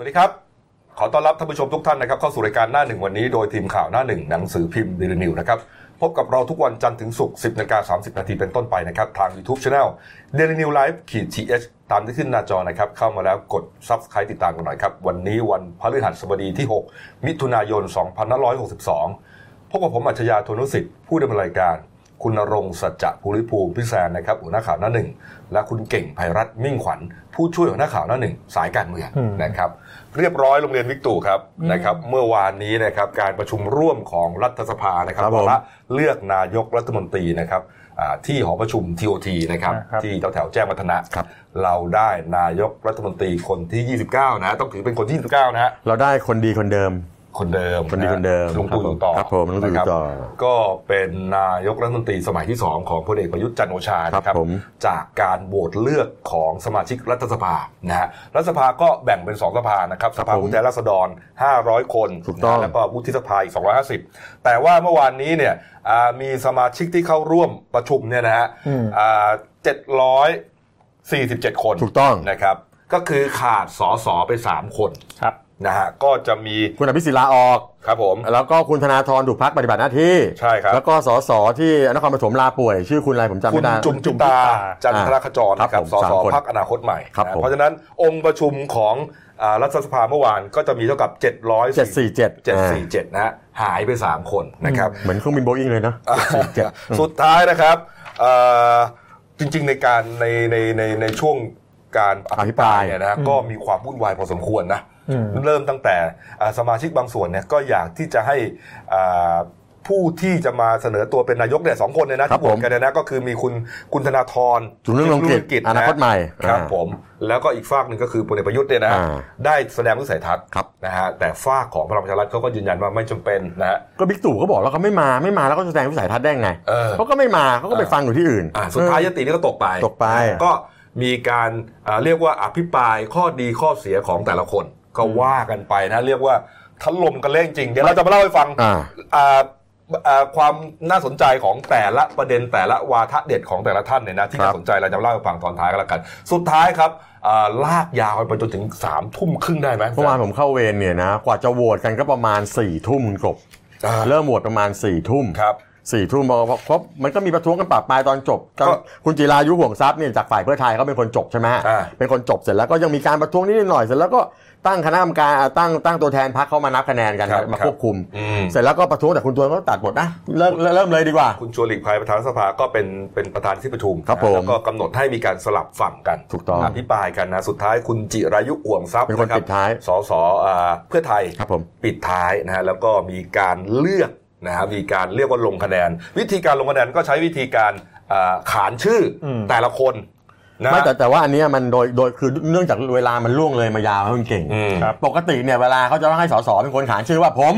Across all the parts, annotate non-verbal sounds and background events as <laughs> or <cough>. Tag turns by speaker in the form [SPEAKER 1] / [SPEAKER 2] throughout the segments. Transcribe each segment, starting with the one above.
[SPEAKER 1] สวัสดีครับ ขอต้อนรับท่านผู้ชมทุกท่านนะครับ เข้าสู่รายการหน้าหนึ่งวันนี้โดยทีมข่าวหน้าหนึ่งหนังสือพิมพ์ดีลนิวนะครับ พบกับเราทุกวันจันทร์ถึงศุกร์ 10นาฬิกา30 นาทีเป็นต้นไปนะครับ ทาง YouTube Channel d a i l y New Life ขีด th ตามที่ขึ้นหน้าจอนะครับ เข้ามาแล้วกด Subscribe ติดตามกันหน่อยครับ วันนี้วันพฤหัสบดีที่ 6 มิถุนายน 2562 พบกับผมอัจฉริยะโทนุสิทธิ์ผู้ดำเนินรายการ คุณณรงค์สัจจะภูริภูมิพิแซนนะครับหัวหน้าข่าวหน้าหนึ่งและคุณเก่งภัยรัตน์มิ่งขวัญผู้ช่วยหัวหน้าข่าวหน้าหนึ่งสายการเมืองนะครับ เรียบร้อยโรงเรียนวิกตู่ครับนะครับ เมื่อวานนี้นะครับการประชุมร่วมของรัฐสภานะครับ
[SPEAKER 2] ครับผ
[SPEAKER 1] วา
[SPEAKER 2] ม
[SPEAKER 1] ระเลือกนายกรัฐมนตรีนะครับอ่าที่หอประชุม TOT นะครับ
[SPEAKER 2] นะครับ
[SPEAKER 1] ที่แถวแถวๆแจ้งวัฒนะ
[SPEAKER 2] ครับ
[SPEAKER 1] เราได้นายกรัฐมนตรีคนที่ 29 นะ ต้องถือเป็นคนที่ 29 นะฮะ
[SPEAKER 2] เราได้คนดีคนเดิม
[SPEAKER 1] คนเดิม
[SPEAKER 2] คนดีคนเดิม
[SPEAKER 1] ลุงตู่
[SPEAKER 2] ครับผม
[SPEAKER 1] อยู่ต่อ
[SPEAKER 2] ครับผมลุงตู่อ
[SPEAKER 1] นะ
[SPEAKER 2] ยู่
[SPEAKER 1] ครับ
[SPEAKER 2] ต่อ
[SPEAKER 1] ก็เป็นนายกรัฐมนตรีสมัยที่ 2 ของพลเอกประยุทธ์จันทร์โอชานะค
[SPEAKER 2] ครั
[SPEAKER 1] รับบ
[SPEAKER 2] ผม
[SPEAKER 1] จากการโหวตเลือกของสมาชิกรัฐสภานะฮะรัฐสภาก็แบ่งเป็น 2 สภานะครับสภา
[SPEAKER 2] ผม
[SPEAKER 1] ผู้แทนราษฎร 500 คน
[SPEAKER 2] ถูกต้อง
[SPEAKER 1] นะแล้วก็วุฒิสภาอีก 250 แต่ว่าเมื่อวานนี้เนี่ยอ่ามีสมาชิกที่เข้าร่วมประชุมเนี่ยนะฮะอ่า747 คน
[SPEAKER 2] ถูกต้อง
[SPEAKER 1] นะครับก็คือขาดสอสอไป 3 คน
[SPEAKER 3] ครับ
[SPEAKER 1] นะฮะก็จะมี
[SPEAKER 2] คุณอภิสิทธิ์ลาออก
[SPEAKER 1] ครับผม
[SPEAKER 2] แล้วก็คุณธนาธรถูกพักปฏิบัติหน้าที่
[SPEAKER 1] ใช่ครับ
[SPEAKER 2] แล้วก็สสที่นครปฐมลาป่วย ชื่อคุณอะไรผมจำ
[SPEAKER 1] คุ
[SPEAKER 2] ไม่
[SPEAKER 1] ณ
[SPEAKER 2] ได้
[SPEAKER 1] จุมจุมตาจันทรขจร
[SPEAKER 2] ครับ
[SPEAKER 1] นะครับ
[SPEAKER 2] ผม
[SPEAKER 1] สส
[SPEAKER 2] สามคน
[SPEAKER 1] พรรคอนาคตใหม่
[SPEAKER 2] ครับ
[SPEAKER 1] นะ
[SPEAKER 2] ผม
[SPEAKER 1] เพราะฉะนั้นองค์ประชุมของอ่ารัฐสภาเมื่อวานก็จะมีเท่ากับ
[SPEAKER 2] เจ็ดสี่เจ็ด
[SPEAKER 1] 747นะฮะหายไป 3 คนนะครับ
[SPEAKER 2] เหมือนเครื่องบินโบอิงเลยเนอะ
[SPEAKER 1] สุดท้ายนะครับเอ่อจริงๆในการในในในในช่วงการอ
[SPEAKER 2] อภิ
[SPEAKER 1] ภิปราร
[SPEAKER 2] ปาย ย
[SPEAKER 1] เนี่ยนะฮะก็มีความวุ่นวายพอสมควรนะ เริ่มตั้งแต่อ่าสมาชิกบางส่วนเนี่ยก็อยากที่จะให้อ่าผู้ที่จะมาเสนอตัวเป็นนายกเนี่ยสองคนเนี่ยนะครับ ที่โหวต
[SPEAKER 2] ผม
[SPEAKER 1] กันเนี่ยนะก็คือมีคุณคุณธนาธร
[SPEAKER 2] จุลนรงค์กิจ
[SPEAKER 1] จุละ
[SPEAKER 2] อนาคตใหม่
[SPEAKER 1] ครับ
[SPEAKER 2] อ่า
[SPEAKER 1] ผมแล้วก็อีกฝากหนึ่งก็คือพลเอกประยุทธ์เนี่ยนะ
[SPEAKER 2] อ่า
[SPEAKER 1] ได้แสดงวิสัยทัศน์
[SPEAKER 2] ครับ
[SPEAKER 1] นะฮะแต่ฝากของพลังประชารัฐเขาก็ยืนยันว่าไม่จำเป็นนะฮะ
[SPEAKER 2] ก็บิ๊กตู่ก็บอกแล้วเขาไม่มาไม่มาแล้วก็แสดงวิสัยทัศน์ได้ไง
[SPEAKER 1] เออ
[SPEAKER 2] เขาก็ไม่มาเขาก็ไปฟังอยู่ที่อื่น
[SPEAKER 1] อ่าสุดท้ายยตินี้ก็ตกไป
[SPEAKER 2] ตกไป
[SPEAKER 1] ก็มีการอ่าเรียกว่าอภิปรายข้อดีข้อเสียของแต่ละคน ก็ว่ากันไปนะเรียกว่าถล่มกันเล่นจริงเดี๋ยวเราจะมาเล่าให้ฟัง
[SPEAKER 2] อ่า
[SPEAKER 1] อ่าอ่าความน่าสนใจของแต่ละประเด็นแต่ละวาทะเด็ดของแต่ละท่านเนี่ยนะที่น่าสนใจเราจะเล่าให้ฟังตอนท้ายกันละกัน สุดท้ายครับอ่าลากยาวไปจนถึงสามทุ่มครึ่งได้ไหม
[SPEAKER 2] เมื่อวานผมเข้าเวรเนี่ยนะ กว่าจะโหวตกันก็ประมาณ4ี่ทุ่มกบ
[SPEAKER 1] อ่า
[SPEAKER 2] เริ่มโหวตประมาณ4ี่ทุ่ม
[SPEAKER 1] ครับ
[SPEAKER 2] สี่ทุ่มพอพอครบมันก็มีประท้วงกันปราบปรายตอนจบก็
[SPEAKER 1] ก็
[SPEAKER 2] คุณจิรายุห่วงทรัพย์เนี่ยจากฝ่ายเพื่อไทยเขาเป็นคนจบใช่ไหมฮะ
[SPEAKER 1] อ่า
[SPEAKER 2] เป็นคนจบเสร็จแล้วก็ยังมีการประท้วงนิดหน่อยเสร็จแล้วก็ตั้งคณะกรรมการอ่าตั้งตั้งตัวแทนพรรคเขามานับคะแนนกัน
[SPEAKER 1] ครับ
[SPEAKER 2] มา
[SPEAKER 1] ครับ
[SPEAKER 2] ควบคุม
[SPEAKER 1] อืม
[SPEAKER 2] เสร็จแล้วก็ประท้วงแต่คุณตัวนก็ตัดบทนะเริ่มเริ่มเริ่มเลยดีกว่า
[SPEAKER 1] คุณชวนหลีกภัยประธานสภาก็เป็นเป็นประธานที่ประชุม
[SPEAKER 2] ครับผม
[SPEAKER 1] แล้วก็กำหนดให้มีการสลับฝั่งกัน
[SPEAKER 2] ถูกต้อง
[SPEAKER 1] อภิปรายกันนะสุดท้ายคุณจิรายุอ่วมทรัพย์
[SPEAKER 2] เป็นคน
[SPEAKER 1] รับ
[SPEAKER 2] ปิดท้าย
[SPEAKER 1] สสอ่าเพื่อไทย
[SPEAKER 2] ครับผม
[SPEAKER 1] ปิดท้ายนะฮะแล้วก็มีการเลือกนะฮะมีการเรียกว่าลงคะแนน วิธีการลงคะแนนก็ใช้วิธีการอ่าขานชื่ออแต่ละคนนะ
[SPEAKER 2] ไม่แต่แต่ว่าอันเนี้ยมันโดยโดยคือเนื่องจากเวลามันล่วงเลยมายาวให้คุณเก่ง
[SPEAKER 1] อืม
[SPEAKER 3] ครับ
[SPEAKER 2] ปกติเนี่ยเวลาเขาจะต้องให้สสเป็นคนขานชื่อว่าผม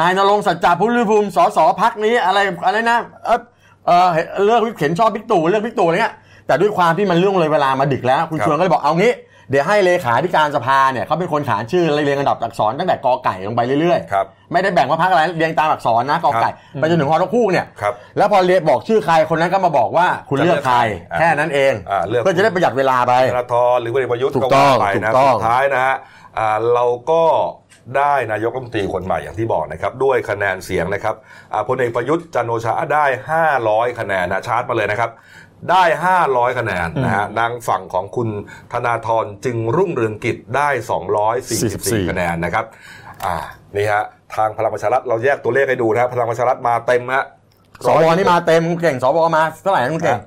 [SPEAKER 2] นายนรงค์สัจจาพุทธภูมิสสพักนี้อะไรอะไรนะเออเออเลือกวิเข็นชอบพิกตู่เลือกพิกตู่อะไรเงี้ยแต่ด้วยความที่มันล่วงเลยเวลามาดึกแล้ว คุณ
[SPEAKER 1] ครับ
[SPEAKER 2] ชวนก็เลยบอกเอางี้ เดี๋ยวให้เลขาธิการสภาเนี่ยเขาเป็นคนขานชื่อเรียงอันดับอักษรตั้งแต่กอไก่ลงไปเรื่อย
[SPEAKER 1] ครับ
[SPEAKER 2] ๆ ไม่ได้แบ่งว่าพักอะไรเรียงตามอักษรนะกอไก่ไปจนถึงฮอทกคู่เนี่ย
[SPEAKER 1] ครับ
[SPEAKER 2] แล้วพอเรียกบอกชื่อใครคนนั้นก็มาบอกว่าคุณเลือกใคร
[SPEAKER 1] อ่า
[SPEAKER 2] แค่นั้นเอง
[SPEAKER 1] อ่าเลือก
[SPEAKER 2] เพื่อจะได้ประหยัดเวลาไป
[SPEAKER 1] ธนาธรหรือพลเอกประยุทธ์
[SPEAKER 2] ถูก
[SPEAKER 1] ก็
[SPEAKER 2] ต้
[SPEAKER 1] ว่า
[SPEAKER 2] อง
[SPEAKER 1] ไปนะ
[SPEAKER 2] ถูกต้อง
[SPEAKER 1] สุดท้ายนะฮะอ่าเราก็ได้นายกรัฐมนตรีคนใหม่อย่างที่บอกนะครับ ด้วยคะแนนเสียงนะครับอ่าพลเอกประยุทธ์จันทร์โอชาได้ 500 คะแนนนะชาร์จมาเลยนะครับ ได้ 500 คะแนนนะฮะนางฝั่งของคุณธนาธรจึงรุ่งเรืองกิจได้ 244
[SPEAKER 2] 44
[SPEAKER 1] คะแนนนะครับอ่านี่ฮะทางพลังประชารัฐเราแยกตัวเลขให้ดูนะฮะพลังประชารัฐมาเต็มฮะ
[SPEAKER 2] สวนี่มาเต็มคุณเก่งสวมาเท่าไหร่นะคุณเก่ง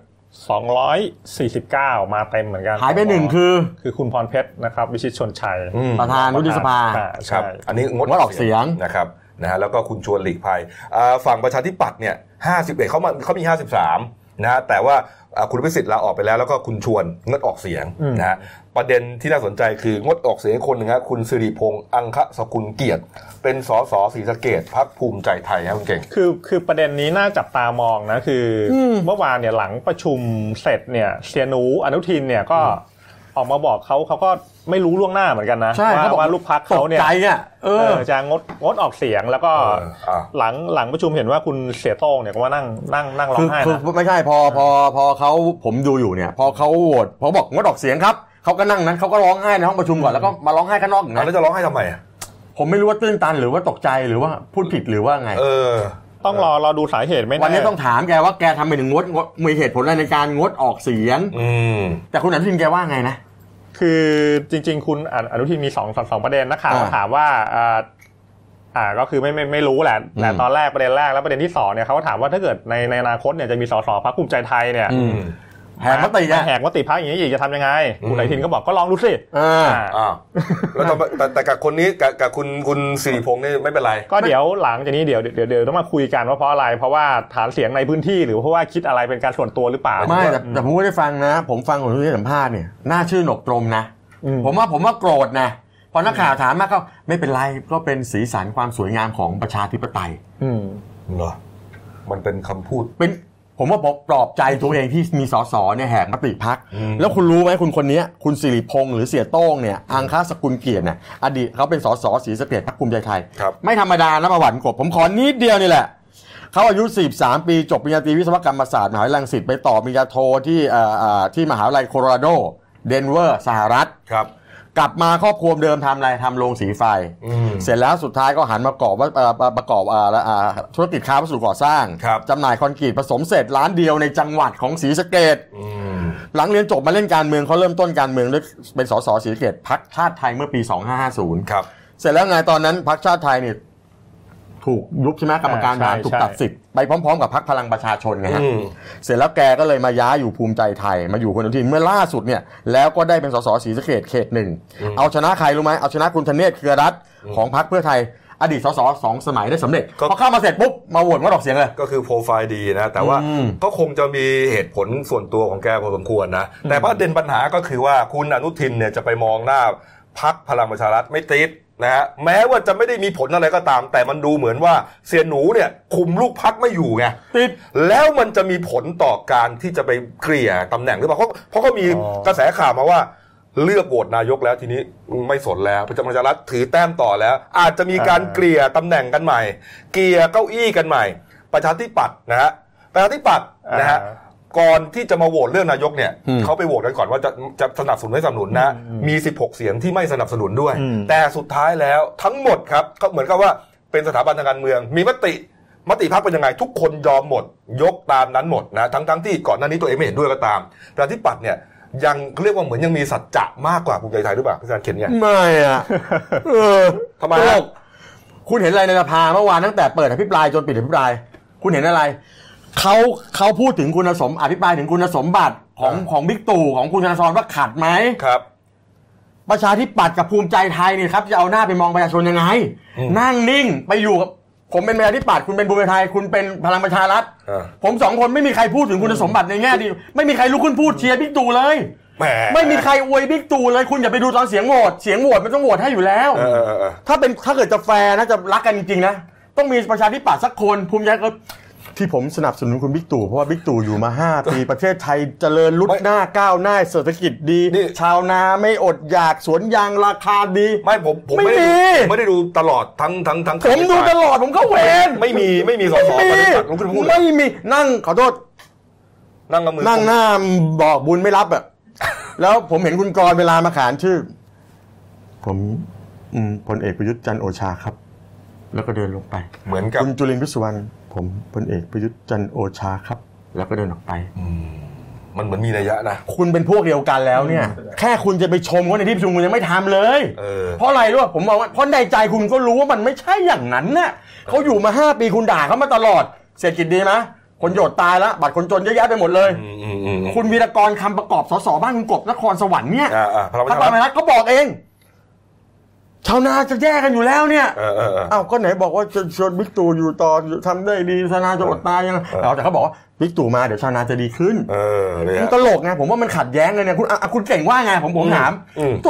[SPEAKER 3] 249 มาเต็มเหมือนกัน
[SPEAKER 2] หายไปหนึ่งคือ
[SPEAKER 3] คือคุณพรเพชรนะครับ วิชิตชนชัย
[SPEAKER 1] อืม
[SPEAKER 2] ประธานวุฒิสภา
[SPEAKER 3] อ่
[SPEAKER 1] ครับ
[SPEAKER 3] ใช่
[SPEAKER 1] อันนี้งด
[SPEAKER 2] งดออกเสียง
[SPEAKER 1] นะครับนะฮะแล้วก็คุณชวนหลีกภัยอ่าฝั่งประชาธิปัตย์เนี่ย51เขามาเขามี 53นะฮะแต่ว่าอ่าคุณพิสิทธิ์ลาออกไปแล้วแล้วก็คุณชวนงดออกเสียงนะฮะประเด็นที่น่าสนใจคืองดออกเสียงคนหนึ่งฮะคุณสิริพงษ์อังคสกุลเกียรติ เป็นสสศรีสะเกดพักภูมิใจไทยนะคุณเก่ง
[SPEAKER 3] คือคือประเด็นนี้น่าจับตามองนะคืออเมื่อวานเนี่ยหลังประชุมเสร็จเนี่ยเซียนูอนุทินเนี่ยก็ออกมาบอกเขาเขาก็ไม่รู้ล่วงหน้าเหมือนกันนะ
[SPEAKER 2] ใช่
[SPEAKER 3] ว่า
[SPEAKER 2] เขาบอก
[SPEAKER 3] ว่าลูกพักเขาเนี่ย
[SPEAKER 2] ตใจเนี่ยเอ
[SPEAKER 3] เอ
[SPEAKER 2] อ
[SPEAKER 3] อจะงดงดออกเสียงแล้วก็
[SPEAKER 1] เอออ่ะ
[SPEAKER 3] หลังหลังประชุมเห็นว่าคุณเสียโต้งเนี่ยก็มานั่งนั่งนั่งร้อ
[SPEAKER 2] คือง
[SPEAKER 3] ไห้
[SPEAKER 2] คือ
[SPEAKER 3] นะ
[SPEAKER 2] ไม่ใช่พอพอพอเขาผมดูอยู่เนี่ย พอเขาโหวตพอบอกงดออกเสียงครับ เขาก็นั่งนั้นเขาก็ร้องไห้ในห้องประชุมก่อนแล้วก็มาร้องไห้ข้างนอกอีก
[SPEAKER 1] อ่ะ
[SPEAKER 2] นะ
[SPEAKER 1] แล้วจะร้องให้ทำไมอ่ะ
[SPEAKER 2] ผมไม่รู้ว่าตื้นตันหรือว่าตกใจหรือว่าพูดผิดหรือว่าไง
[SPEAKER 1] เออ
[SPEAKER 3] ต้องรอรอดูสาเหตุไม่แน่
[SPEAKER 2] วันนี้ต้องถามแกว่าแกทำไปถึงงดงดมีเหตุผลอะไรในการงดออกเสียง
[SPEAKER 1] อืม
[SPEAKER 2] แต่คุณอนุทินแกว่าไงนะ
[SPEAKER 3] คือจริง ๆ คุณอนุทินมีสองสองสองประเด็นนักข่าว
[SPEAKER 2] อ่า
[SPEAKER 3] ถามว่าอ่าอ่าก็คือไม่ไม่ไม่รู้แหละแต่
[SPEAKER 2] อืม
[SPEAKER 3] ตอนแรกประเด็นแรกแล้วประเด็นที่สองเนี่ยเขาก็ถามว่าถ้าเกิดในในอนาคตเนี่ยจะมีสสพรรคภูมิใจไทยเนี่ย
[SPEAKER 2] อืมแหมมติ
[SPEAKER 3] อ่
[SPEAKER 2] อ่ะ
[SPEAKER 3] แหกมติพักอย่างนี้อีกจะทำยังไง
[SPEAKER 1] อืม
[SPEAKER 3] คุณไหนทินก็บอกก็ลองดูสิ
[SPEAKER 2] เออ
[SPEAKER 3] อ่า
[SPEAKER 1] อ้าว <laughs> แล้วทำไมแต่แต่กับคนนี้กับกับคุณคุณสิริพงษ์นี่ไม่เป็นไร
[SPEAKER 3] ก็เดี๋ยวหลังจากนี้เดี๋ยวเดี๋ยวเดี๋ยวต้องมาคุยกันว่าเพราะอะไร เพราะว่าฐานเสียงในพื้นที่หรือเพราะว่าคิดอะไรเป็นการส่วนตัวหรือเปล่า
[SPEAKER 2] ไม่แต่แต่ผมก็ได้ฟังนะ ผมฟังของที่สัมภาษณ์เนี่ยน่าชื่นอกตรมนะ
[SPEAKER 3] อืม
[SPEAKER 2] ผมว่าผมว่าโกรธนะพอนักข่าวถามมากก็ไม่เป็นไรก็เป็นสีสันความสวยงามของประชาธิปไตย
[SPEAKER 3] อืม
[SPEAKER 1] เหรอ มันเป็นคำพูด
[SPEAKER 2] เป็นผมว่าผมปลอบใจตัวเองที่มีสสเนี่ยแหกมติพัก
[SPEAKER 1] อืม
[SPEAKER 2] แล้วคุณรู้ไหมคุณคนเนี้ยคุณสิริพงษ์หรือเสียโต้งเนี่ยอังคาสกุลเกียรติเนี่ยอดีตเขาเป็นสสศรีสะเกดพรรคภูมิใจไทย
[SPEAKER 1] ครับ
[SPEAKER 2] ไม่ธรรมดานะประวัติกบผมขอนิดเดียวนี่แหละ เขาอายุ 43 ปีจบปริญญาตรีวิศวกรรมศาสตร์มหาวิทยาลัยรังสิตไปต่อปริญญาโทที่เอ่อเอ่อที่มหาวิทยาลัยโคโลราโด เดนเวอร์ สหรัฐ
[SPEAKER 1] ครับ
[SPEAKER 2] กลับมาครอบครัวเดิมทำอะไรทำโรงสีไฟ
[SPEAKER 1] อืม
[SPEAKER 2] เสร็จแล้วสุดท้ายก็หันมาประกอบว่าเอ่อประกอบเอ่อเอ่อธุรกิจค้าวัสดุก่อสร้าง
[SPEAKER 1] ครับ
[SPEAKER 2] จำหน่ายคอนกรีตผสมเสร็จร้านเดียวในจังหวัดของศรีสะเกด
[SPEAKER 1] อืม
[SPEAKER 2] หลังเรียนจบมาเล่นการเมืองเขาเริ่มต้นการเมืองด้วยเป็นสสศรีสะเกดพักชาติไทยเมื่อปี 2550
[SPEAKER 1] ครับ
[SPEAKER 2] เสร็จแล้วไงตอนนั้นพรรคชาติไทยเนี่ยถูกยุบใช่ไหมกรรมการบริหารถูกตัดสิทธิ์ไปพร้อมๆ กับพรรคพลังประชาชนไงฮะ
[SPEAKER 1] อืม
[SPEAKER 2] เสร็จแล้วแกก็เลยมาย้ายอยู่ภูมิใจไทย มาอยู่คุณอนุทินเมื่อล่าสุดเนี่ยแล้วก็ได้เป็นสสศรีสะเกดเขตหนึ่งเอาชนะใครรู้ไหมเอาชนะคุณธเนศเครือรัตน์ของพรรคเพื่อไทย อดีตสสสองสมัยได้สำเร็จ
[SPEAKER 1] ก็
[SPEAKER 2] พอเข้ามาเสร็จปุ๊บมาโหวตว่าดอกเสียงเลย
[SPEAKER 1] ก็คือโปรไฟล์ดีนะ แต่ว่า
[SPEAKER 2] อืม
[SPEAKER 1] ก็คงจะมีเหตุผลส่วนตัวของแกพอสมควรนะ แต่ประเด็นปัญหาก็คือว่าคุณอนุทินเนี่ยจะไปมองหน้าพักพลังประชารัฐไม่ติดนะฮะแม้ว่าจะไม่ได้มีผลอะไรก็ตาม แต่มันดูเหมือนว่าเสียหนูเนี่ยคุมลูกพักไม่อยู่ไง
[SPEAKER 2] ติด
[SPEAKER 1] แล้วมันจะมีผลต่อการที่จะไปเคลียร์ตำแหน่งหรือเปล่าเพราะเพราะก็มีกระแสข่าวมาว่า เลือกโหวตนายกแล้วทีนี้ไม่สนแล้วพลังประชารัฐถือแต้มต่อแล้ว อาจจะมีการเกลี่ยตำแหน่งกันใหม่ เกลี่ยเก้าอี้กันใหม่ ประชาธิปัตย์นะฮะประชาธิปัตย์นะฮะก่อนที่จะมาโหวตเรื่องนายกเนี่ย
[SPEAKER 2] อืม
[SPEAKER 1] เขาไปโหวตกันก่อนว่าจะจะสนับสนุนไม่สนับสนุนนะ มี 16 เสียงที่ไม่สนับสนุนด้วย
[SPEAKER 3] อืม
[SPEAKER 1] แต่สุดท้ายแล้วทั้งหมดครับก็เหมือนกับว่าเป็นสถาบันทางการเมือง มีมติมติพักเป็นยังไง ทุกคนยอมหมด ยกตามนั้นหมดนะทั้งทั้งที่ก่อนหน้านี้ตัวเองไม่เห็นด้วยก็ตามประชาธิปัตย์เนี่ยยังเรียกว่าเหมือนยังมีสัจจะมากกว่าภูมิใจไทยหรือเปล่าพี่การเขียนเนี่ย
[SPEAKER 2] ไม่อะเออ
[SPEAKER 1] ทำไมอะ
[SPEAKER 2] โลกคุณเห็นอะไรในสภาเมื่อวานตั้งแต่เปิดอภิปรายจนปิดอภิปราย คุณเห็นอะไรเขาเขาพูดถึงคุณสมอภิปรายถึงคุณสมบัติของของบิ๊กตู่ของคุณธนาธรว่าขัดไหม
[SPEAKER 1] ครับ
[SPEAKER 2] ประชาธิปัตย์กับภูมิใจไทยเนี่ยครับจะเอาหน้าไปมองประชาชนยังไง
[SPEAKER 1] อืม
[SPEAKER 2] นั่งนิ่งไปอยู่กับผมเป็นประชาธิปัตย์คุณเป็นภูมิใจไทย คุณเป็นพลังประชารัฐ
[SPEAKER 1] เออ
[SPEAKER 2] ผมสองคนไม่มีใครพูดถึงคุณสมบัติในแง่ดี ไม่มีใครลุกขึ้นพูดเชียร์บิ๊กตู่เลย
[SPEAKER 1] แหม
[SPEAKER 2] ไม่มีใครอวยบิ๊กตู่เลย คุณอย่าไปดูตอนเสียงโหวตเสียงโหวตมันต้องโหวตให้อยู่แล้ว
[SPEAKER 1] เออเออเออ
[SPEAKER 2] ถ้าเป็นถ้าเกิดจะแฟร์นะจะรักกันจริงๆนะ ต้องมีประชาธิปัตย์สักคนภูมิใจก็ที่ผมสนับสนุนคุณบิ๊กตู่เพราะว่าบิ๊กตู่อยู่มา 5 ปีประเทศไทยเจริญรุดหน้าก้าวหน้าเศรษฐกิจดี ชาวนาไม่อดอยากสวนยางราคาดี
[SPEAKER 1] ไม่ผมผมไม่
[SPEAKER 2] ไม่
[SPEAKER 1] ได้
[SPEAKER 2] มี
[SPEAKER 1] ดูไม่ได้ดูตลอดทั้งทั้งทั้ง
[SPEAKER 2] ผมดูตลอดผมก็เวน
[SPEAKER 1] ไม่มีไม่มีสส
[SPEAKER 2] ไม่
[SPEAKER 1] ป
[SPEAKER 2] มี
[SPEAKER 1] ฏิบัติลุกขึ้นพูดเลย
[SPEAKER 2] ไม่มีนั่งขอโทษ
[SPEAKER 1] นั่งกับมือ
[SPEAKER 2] นั่งหน้าบอกบุญไม่รับอ่ะ แล้วผมเห็นคุณกรณ์เวลามาขานชื่อ ผมอืมพลเอกประยุทธ์จันทร์โอชาครับ แล้วก็เดินลงไป
[SPEAKER 1] เหมือนกับ
[SPEAKER 2] คุณจุลินทร์พิศวรรณผมพลเอกประยุทธ์จันทร์โอชาครับ แล้วก็เดินออกไป
[SPEAKER 1] มันเหมือนมีนัยยะนะ
[SPEAKER 2] คุณเป็นพวกเดียวกันแล้วเนี่ย แค่คุณจะไปชมเขาในที่ประชุมคุณยังไม่ทำเลย
[SPEAKER 1] เออ
[SPEAKER 2] เพราะอะไรรู้ป่ะผมบอกว่าเพราะในใจคุณก็รู้ว่ามันไม่ใช่อย่างนั้นน่ะเขาอยู่มาห้าปีคุณด่าเขามาตลอด เศรษฐกิจดีไหมคนโยดตายแล้วบัตรคนจนเยอะแยะไปหมดเลย
[SPEAKER 1] อืมอืมอืม
[SPEAKER 2] คุณวีรกรคำประกอบสสบ้านคุณกบนครสวรรค์เนี่ย
[SPEAKER 1] อ่าอ่าพลังประ
[SPEAKER 2] ท่า
[SPEAKER 1] ชา
[SPEAKER 2] นป
[SPEAKER 1] รั
[SPEAKER 2] ระ
[SPEAKER 1] ฐ
[SPEAKER 2] มาณนั้นก็บอกเองชาวนาจะแย่กันอยู่แล้วเนี่ย
[SPEAKER 1] เออเออเออ
[SPEAKER 2] เอ้าก็ไหนบอกว่าจะชวนบิ๊กตู่อยู่ต่อทำได้ดีชาวนาจะอดตายยังไง
[SPEAKER 1] เออ
[SPEAKER 2] เอาแต่เขาบอกว่าบิ๊กตู่มาเดี๋ยวชาวนาจะดีขึ้น
[SPEAKER 1] เออเนี่ย
[SPEAKER 2] มันตลกไงผมว่ามันขัดแย้งเลยเนี่ยคุณอ่ะอ่ะคุณเก่งว่าไงผมผมถาม
[SPEAKER 1] อืม
[SPEAKER 2] โต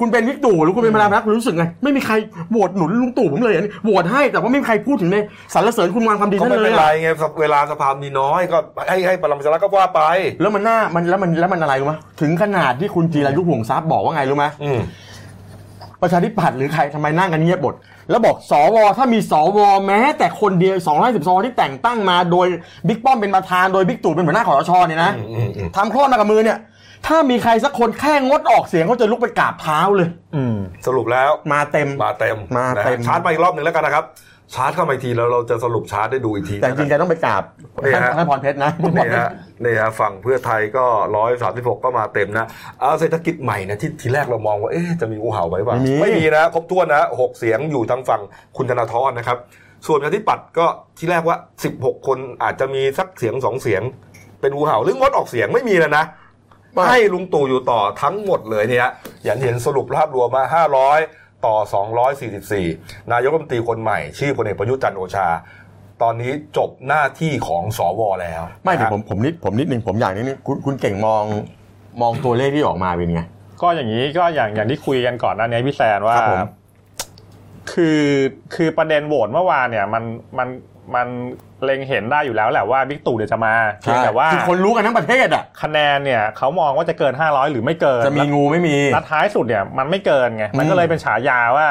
[SPEAKER 2] คุณเป็นบิ๊กตู่หรือคุณเป็นมาดามนักคุณรู้สึกไงไม่มีใครโหวตหนุนลุงตู่ผมเลยอันนี้โหวตให้แต่ว่าไม่มีใครพูดถึงในสรรเสริญคุณงามความดี
[SPEAKER 1] ก็
[SPEAKER 2] ท่าน
[SPEAKER 1] ไม่
[SPEAKER 2] เล
[SPEAKER 1] เป็
[SPEAKER 2] ย
[SPEAKER 1] น
[SPEAKER 2] อะ
[SPEAKER 1] ไรไงเวลาสภามีน้อยก็ให้ให้พลังประชารัฐก็ว่าไป
[SPEAKER 2] แล้วมันหน้ามันแล้วมันแล้วมันอะไรรู้ไหมถึงขนาดที่คุณจีรายุห่วงทรัพย์บอกว่าไงรู้ไหม
[SPEAKER 1] อืม
[SPEAKER 2] ประชาธิปัตย์หรือใครทำไมนั่งกันเงียบหมดแล้วบอกสวถ้ามีสวแม้ แต่คนเดียว2 5 0สวที่แต่งตั้งมาโดยบิ๊กป้อมเป็นประธานโดยบิ๊กตู่เป็นหัวหน้าขอรชเนี่ยนะ
[SPEAKER 1] อืมอืมอืม
[SPEAKER 2] ทำคลอดมากับมือเนี่ย ถ้ามีใครสักคนแค่งดออกเสียงเขาจะลุกไปกราบเท้าเลย
[SPEAKER 3] อืม
[SPEAKER 1] สรุปแล้ว
[SPEAKER 2] มาเต็ม
[SPEAKER 1] มาเต็ม
[SPEAKER 2] มาเต็ม
[SPEAKER 1] นะฮะชาร์จไปอีกรอบหนึ่งแล้วกันนะครับ ชาร์จเข้ามาอีกทีแล้วเราจะสรุปชาร์จได้ดูอีกที
[SPEAKER 2] แต่จริงๆแก
[SPEAKER 1] นะ
[SPEAKER 2] ต้องไปกราบ
[SPEAKER 1] นี่ฮะ
[SPEAKER 2] ท่านพรเพชรนะ
[SPEAKER 1] <laughs> นี่ฮะนี่ฮะฝั่งเพื่อไทยก็ร้อยสามสิบหกก็มาเต็มนะเอาเศรษฐกิจใหม่นะที่ทีแรกเรามองว่าเอ๊ะจะมีงูเห่าไหมบ้าง
[SPEAKER 2] ไม่มี
[SPEAKER 1] ไม่มีนะครบถ้วนนะหกเสียงอยู่ทางฝั่งคุณธนาธรนะครับ ส่วนประชาธิปัตย์ก็ที่แรกว่า 16 คนอาจจะมีสักเสียงสองเสียง เป็นงูเห่าหรืองดออกเสียงไม่มีแล้วนะ ให้ลุงตู่อยู่ต่อทั้งหมดเลยเนี่ยอย่างที่เห็นสรุปภาพรวมมา 500 ต่อ 244 นายกรัฐมนตรีคนใหม่ ชื่อพลเอกประยุทธ์จันทร์โอชา ตอนนี้จบหน้าที่ของสวแล้ว
[SPEAKER 2] ไม่ถึง
[SPEAKER 1] นะ
[SPEAKER 2] ผมผมนิดผมนิดหนึ่งผมอย่างนิดนึงคุณคุณเก่งมองมองตัวเลขที่ออกมาเป็นไง
[SPEAKER 3] ก็อย่างนี้ก็อย่างอย่างที่คุยกันก่อนหน้านี้พี่แซนว่า
[SPEAKER 2] ครับผม
[SPEAKER 3] คือคือประเด็นโหวตเมื่อวานเนี่ย มันมันมันเล็งเห็นได้อยู่แล้วแหละว่าบิ๊กตู่เนี่ยจะมาเพียงแต่ว่า
[SPEAKER 2] คือคนรู้กันทั้งประเทศอ่ะ
[SPEAKER 3] คะแนนเนี่ยเขามองว่าจะเกิน 500 หรือไม่เกิน
[SPEAKER 2] จะมีงูไม่มี
[SPEAKER 3] และท้ายสุดเนี่ยมันไม่เกินไงมัน
[SPEAKER 2] อื
[SPEAKER 3] ก็
[SPEAKER 2] ม
[SPEAKER 3] เลยเป็นฉายาว่า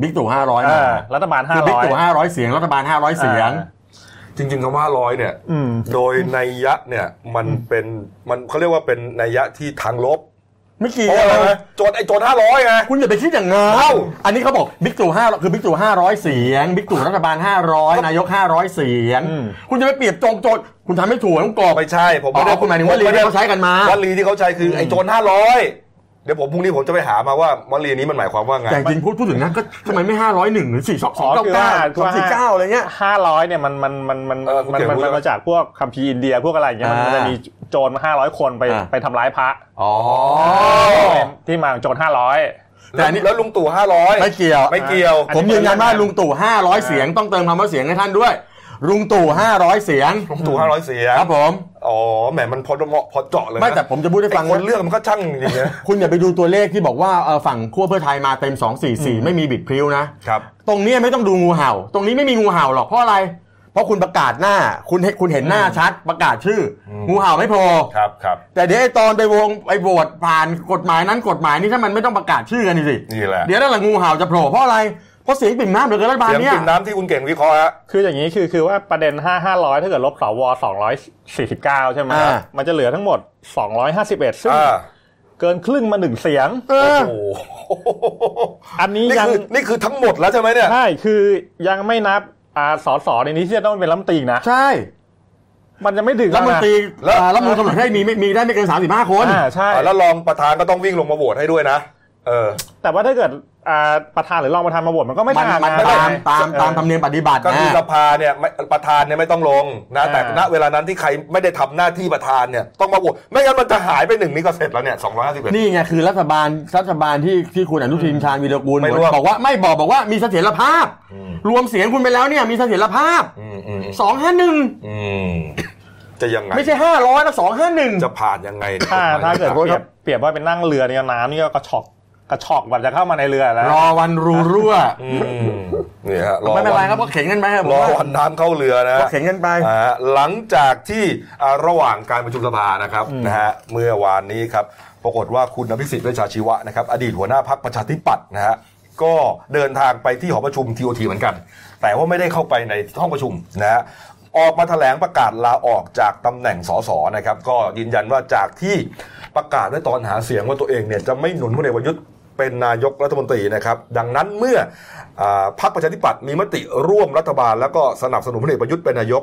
[SPEAKER 2] บิ๊กตู่ห้าร้อย
[SPEAKER 3] เออรัฐบาล
[SPEAKER 2] คือบิ๊กตู่
[SPEAKER 3] 500
[SPEAKER 2] ห้าร้อยเสียงรัฐบาลห้าร้อยเสียง
[SPEAKER 3] อ่า
[SPEAKER 1] จริงๆคำว่า100เนี่ย
[SPEAKER 3] อืม
[SPEAKER 1] โดยนัยยะเนี่ยมันเป็นมันเขาเรียกว่าเป็นนัยยะที่ทางลบ
[SPEAKER 2] ไม่กี่
[SPEAKER 1] เพราะอะ
[SPEAKER 2] เล
[SPEAKER 1] ไรไหม
[SPEAKER 2] ย
[SPEAKER 1] โจทย์ไอ้โจทย์500ไง
[SPEAKER 2] คุณอย่าไปคิดอย่างนั้น
[SPEAKER 1] เอ้า
[SPEAKER 2] อันนี้เขาบอกบิ๊กตู่ห้าคือบิ๊กตู่ห้าร้อยเสียงบิ๊กตู่รัฐบาลห้าร้อยนายกห้าร้อยเสียง
[SPEAKER 3] อืม
[SPEAKER 2] คุณจะไปเปรียบจงโจทย์คุณทำไม่ถูกต้องกรอบ
[SPEAKER 1] ไม่ใช่ผม
[SPEAKER 2] อ๋
[SPEAKER 1] ไม่ได้
[SPEAKER 2] อคุณหมายถึงว่าลี
[SPEAKER 1] ผไได้
[SPEAKER 2] ที่เขาใช้กันมา
[SPEAKER 1] วลีที่เขาใช้คือไอ้โจรห้าร้อยเดี๋ยวผมพรุ่งนี้ผมจะไปหามาว่าวลีนี้มันหมายความว่าไง
[SPEAKER 2] แต่จริงพูดพูดถึงนะก็ทำไมไม่ห้าร้อยหนึ่งหรือสี่สองสองเก้าเก้าส
[SPEAKER 3] คือว่า
[SPEAKER 2] องสี่เก้าอะไรเงี้ย
[SPEAKER 3] ห้าร้อยเนี่ยมันมันมันมัน
[SPEAKER 1] เออคุณ
[SPEAKER 3] มัน
[SPEAKER 1] เก่ง
[SPEAKER 3] มัน
[SPEAKER 1] พูด
[SPEAKER 3] มัน
[SPEAKER 1] แล้ว
[SPEAKER 3] มาจากพวกคัมภีร์อินเดียพวกอะไรอย่างเงี้ยมัน
[SPEAKER 2] อ่า
[SPEAKER 3] มันจะมีโจรมาห้าร้อยคนไป
[SPEAKER 2] อ่า
[SPEAKER 3] ไปทำร้ายพระ
[SPEAKER 2] อ๋อ
[SPEAKER 3] ที่มาของโจรห้าร้อย
[SPEAKER 2] แต่อันนี้
[SPEAKER 1] แล้วลุงตู่ห้าร้อย
[SPEAKER 2] ไม่เกี่ยว
[SPEAKER 1] ไม่เกี่ยว
[SPEAKER 3] อันนี้
[SPEAKER 2] ผมยืนยันว่าลุงตู่ 500 เสียงต้องเติมคำว่าเสียงให้ท่านด้วย ลุงตู่ 500 เสียง
[SPEAKER 1] ลุงตู่ห้าร้อยเสียง
[SPEAKER 2] ครับผม
[SPEAKER 1] อ๋อแหมมันพอเหมาะพอเจาะเลยนะ
[SPEAKER 2] ไม่แต่ผมจะพูดให้
[SPEAKER 1] ไอ้
[SPEAKER 2] ฟัง
[SPEAKER 1] คน
[SPEAKER 2] นะ
[SPEAKER 1] เลือกมันก็ช่างจริงๆนะ
[SPEAKER 2] คุณอย่าไปดูตัวเลขที่บอกว่าเอ่อฝั่งขั้วเพื่อไทยมาเต็ม 244 ไม่มีบิดพริ้วนะ
[SPEAKER 1] ครับ
[SPEAKER 2] ตรงเนี้ยไม่ต้องดูงูเห่า ตรงนี้ไม่มีงูเห่าหรอกเพราะอะไร เพราะคุณประกาศหน้า คุณเห็นคุณเห็นหน้าชัดประกาศชื่ออ
[SPEAKER 1] ม
[SPEAKER 2] งูเห่าไม่พอ
[SPEAKER 1] ครับครับ
[SPEAKER 2] แต่เดี๋ยวไอ้ตอนไปวงไปโหวตผ่านกฎหมายนั้นกฎหมายนี้ถ้ามันไม่ต้องประกาศชื่อกันนี่สิ
[SPEAKER 1] นี่แหละ
[SPEAKER 2] เดี๋ยวนั่นแหละงูเห่าจะโผล่เพราะอะไร เพราะเสียงปิ่มน้ำเหลือเกินรัฐบาล
[SPEAKER 1] เสียง
[SPEAKER 2] เนี้ย
[SPEAKER 1] ปิ่มน้ำที่คุณเก่งวิเคราะห์ฮะ
[SPEAKER 3] คืออย่างนี้คือคือว่าประเด็น 5 500 ถ้าเกิดลบสว249 ใช่ไหม
[SPEAKER 2] อ่า
[SPEAKER 3] มันจะเหลือทั้งหมด 251 ซึ่ง
[SPEAKER 1] อ่า
[SPEAKER 3] เกินครึ่งมาหนึ่งเสียง
[SPEAKER 2] เออ
[SPEAKER 1] โอ้โห
[SPEAKER 3] อันนี้
[SPEAKER 1] นี่
[SPEAKER 3] ยัง
[SPEAKER 1] คือนี่คือทั้งหมดแล้วใช่ไหมเนี่ย
[SPEAKER 3] ใช่คือยังไม่นับอาสอสอในนี้ที่จะต้องเป็นรัฐมนตรีอีกนะ
[SPEAKER 2] ใช่
[SPEAKER 3] มันจะไม่ถึง
[SPEAKER 2] รัฐมนตรี
[SPEAKER 3] แ
[SPEAKER 2] เอ่อรัฐมนตรีกำหนดให้มีไม่มีได้ไม่เกิน 35 คน
[SPEAKER 3] ล้วนะอ่าใช่
[SPEAKER 1] อ่าแล้วรองประธานก็ต้องวิ่งลงมาโหวตให้ด้วยนะเออ
[SPEAKER 3] แต่ว่าถ้าเกิดอ่าประธานหรือรองประธานมาโหวตมันก็ไม่
[SPEAKER 2] มัน
[SPEAKER 3] ทัน
[SPEAKER 2] มัน
[SPEAKER 3] นะ
[SPEAKER 2] ตามตาม
[SPEAKER 1] เออ
[SPEAKER 2] ตามธรรมเนียมปฏิบัติ
[SPEAKER 1] ก็คือ
[SPEAKER 2] นะ
[SPEAKER 1] สภาเนี่ยไม่ประธานเนี่ยไม่ต้องลงนะ แต่
[SPEAKER 3] อ่า
[SPEAKER 1] ณเวลานั้นที่ใครไม่ได้ทำหน้าที่ประธานเนี่ยต้องมาโหวตไม่งั้นมันจะหายไปหนึ่งนี่ก็เสร็จแล้วเนี่ยสองร้อยห้าสิบเอ็ด
[SPEAKER 2] <laughs> นี่ไงคือรัฐบาลรัฐบาลที่ที่คุณอนุทินชาญวีรกูล
[SPEAKER 1] ไม่ร่วม
[SPEAKER 2] บอกว่าไม่บอกบอกว่ามีเสถียรภาพ
[SPEAKER 1] อืม
[SPEAKER 2] รวมเสียงคุณไปแล้วเนี่ยมีเสถียรภาพ
[SPEAKER 1] อืมอืม
[SPEAKER 2] 251
[SPEAKER 1] อืมจะยังไง
[SPEAKER 2] ไม่ใช่ 500แล้ว251
[SPEAKER 1] จะผ่านยังไงเนี่ย
[SPEAKER 3] ถ้าถ้าเกิด
[SPEAKER 1] ค
[SPEAKER 3] เปรีย
[SPEAKER 1] รั
[SPEAKER 3] บบ เปรียบว่าเป็นนั่งเรือเนี่ยน้ำนี่ก็กระชอกกระชอกแบบจะเข้ามาในเรือแล้ว
[SPEAKER 2] รอวันรูรั่ว
[SPEAKER 1] อืมเนี่ยฮะรอ
[SPEAKER 2] ไม่เป็นไรครับ
[SPEAKER 1] วั
[SPEAKER 2] ก็เข็นกันไปครับผม
[SPEAKER 1] รอ
[SPEAKER 2] ว่า
[SPEAKER 1] วันน้ำเข้าเรือนะ
[SPEAKER 2] ก็เข็นกันไป
[SPEAKER 1] อ่าหลังจากที่อ่าระหว่างการประชุมสภานะครับนะฮะเมื่อวานนี้ครับ ปรากฏว่าคุณอภิสิทธิ์เวชชาชีวะนะครับ อดีตหัวหน้าพักประชาธิปัตย์นะฮะก็เดินทางไปที่หอประชุมทีโอทีเหมือนกัน แต่ว่าไม่ได้เข้าไปในห้องประชุมนะฮะออกมาแถลงประกาศลาออกจากตำแหน่งสสนะครับ ก็ยืนยันว่าจากที่ประกาศไว้ตอนหาเสียงว่าตัวเองเนี่ยจะไม่หนุนพลเอกประยุทธ์เป็นนายกรัฐมนตรีนะครับ ดังนั้นเมื่ออาพรรคประชาธิปัตย์มีมติร่วมรัฐบาล แล้วก็สนับสนุนพลเอกประยุทธ์เป็นนายก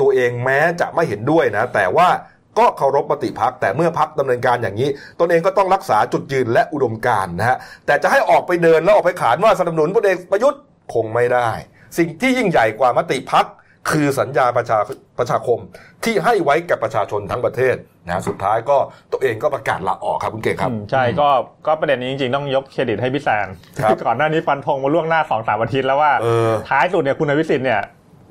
[SPEAKER 1] ตัวเองแม้จะไม่เห็นด้วยนะ แต่ว่าก็เคารพมติพักแต่เมื่อพักดำเนินการอย่างนี้ ตนเองก็ต้องรักษาจุดยืนและอุดมการณ์นะฮะแต่จะให้ออกไปเดินแล้วออกไปขานว่าสนับสนุนพลเอกประยุทธ์คงไม่ได้ สิ่งที่ยิ่งใหญ่กว่ามติพักคือสัญญาประชาประชาคมที่ให้ไว้กับประชาชนทั้งประเทศนะสุดท้ายก็ตัวเองก็ประกาศลาออกครับคุณเก่งครับ
[SPEAKER 3] อืมใช่ก็ก็ประเด็นนี้จริงๆ ต้องยกเครดิตให้พี่แซน
[SPEAKER 1] ครับ
[SPEAKER 3] ก่อนหน้านี้ฟันธงมาล่วงหน้าสองสามอาทิตย์แล้วว่า
[SPEAKER 1] เออ
[SPEAKER 3] ท้ายสุดเนี่ยคุณอภิสิทธิ์เนี่ย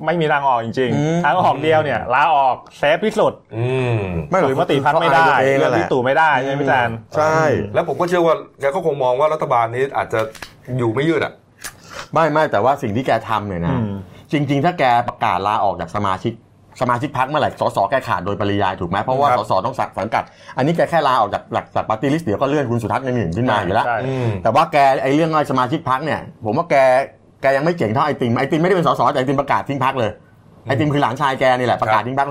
[SPEAKER 3] ไม่มีทางออกจริง
[SPEAKER 2] อืม
[SPEAKER 3] ๆทางออกเดียวเนี่ยลาออกเซฟที่สุด
[SPEAKER 1] อืม
[SPEAKER 2] หร
[SPEAKER 3] ห
[SPEAKER 2] อก
[SPEAKER 3] รือมติพักไม่ได้
[SPEAKER 2] ขาาตัวง
[SPEAKER 3] เลื
[SPEAKER 2] นั่
[SPEAKER 3] อก
[SPEAKER 2] นแหละ
[SPEAKER 3] พี่ตู่ไม่ได้ใช่ไหมพี่แซน
[SPEAKER 2] ใช่
[SPEAKER 1] แล้วผมก็เชื่อว่าแกก็คงมองว่ารัฐบาลนี้อาจจะอยู่ไม่ยืดอ่ะ
[SPEAKER 2] ไม่ไม่แต่ว่าสิ่งที่แกทำเนี่ยนะ
[SPEAKER 3] อืม
[SPEAKER 2] จริง ๆ ถ้าแกประกาศลาออกจากสมาชิก สมาชิกพักเมื่อไหร่สสแกขาดโดยปริยายถูกไหมเพราะว่า
[SPEAKER 1] ครับ
[SPEAKER 2] สสต้องสักสังกัด อันนี้แกแค่ลาออกจากหลักจากปาร์ตี้ลิสต์เดี๋ยวก็เลื่อนคุณสุทัศน์ในหนึ่งขึ้นมาอยู่แล้ว
[SPEAKER 3] ใช่
[SPEAKER 1] อืม
[SPEAKER 2] แต่ว่าแกไอ้เรื่องอะไรสมาชิกพักเนี่ย ผมว่าแกแกยังไม่เก่งเท่าไอติมไอติมไม่ได้เป็นสสแต่ไอติมประกาศทิ้งพักเลยไอติมคือหลานชายแกนี่แหละประกาศทิ้งพัก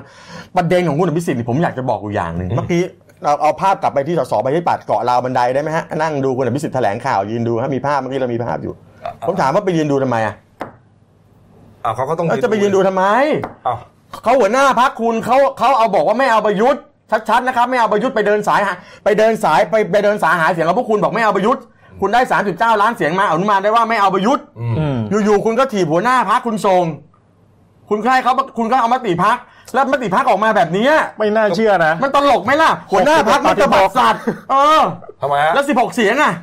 [SPEAKER 2] ประเด็นของคุณอภิสิทธิ์นี่ผมอยากจะบอกอยู่อย่างหนึ่งเมื่อกี้ เราเอาภาพกลับไปที่สสไปที่ปัดเกาะราวบันไดได้ไหมฮะนั่งดูคุณอภิสิทธิ์แถลงข่าวยืนดูฮะมีภาพเมื่อกี้เรามีภาพอยู่ ผมถามว่าไปยืนดูทำไมอ่ะ
[SPEAKER 1] อ้าวเขาก็ต้อง
[SPEAKER 2] แล้วจะไปยืนดูทำไม
[SPEAKER 1] อ้าว
[SPEAKER 2] เขาหัวหน้าพักคุณเขาเขาเอาบอกว่าไม่เอาประยุทธ์ชัดๆนะครับ ไม่เอาประยุทธ์ไปเดินสายหาไปเดินสายไปไปเดินสายหาเสียงกับพวกคุณบอกไม่เอาประยุทธ์คุณได้ 39 ล้านเสียงมาอนุมานได้ว่าไม่เอาประยุทธ์
[SPEAKER 1] อืม
[SPEAKER 3] อืม
[SPEAKER 2] อยู่ๆคุณก็ถีบหัวหน้าพักคุณทรงคุณค่ายเขาคุณก็เอามติพักแล้วมติพักออกมาแบบเนี้ย
[SPEAKER 3] ไม่น่าเชื่อนะ
[SPEAKER 2] มันตลกไหมล่ะหัวหน้าพักมันจะบอกสัตว์เออ
[SPEAKER 1] ทำไมฮะ
[SPEAKER 2] แล้ว 16 เสียงอ่ะ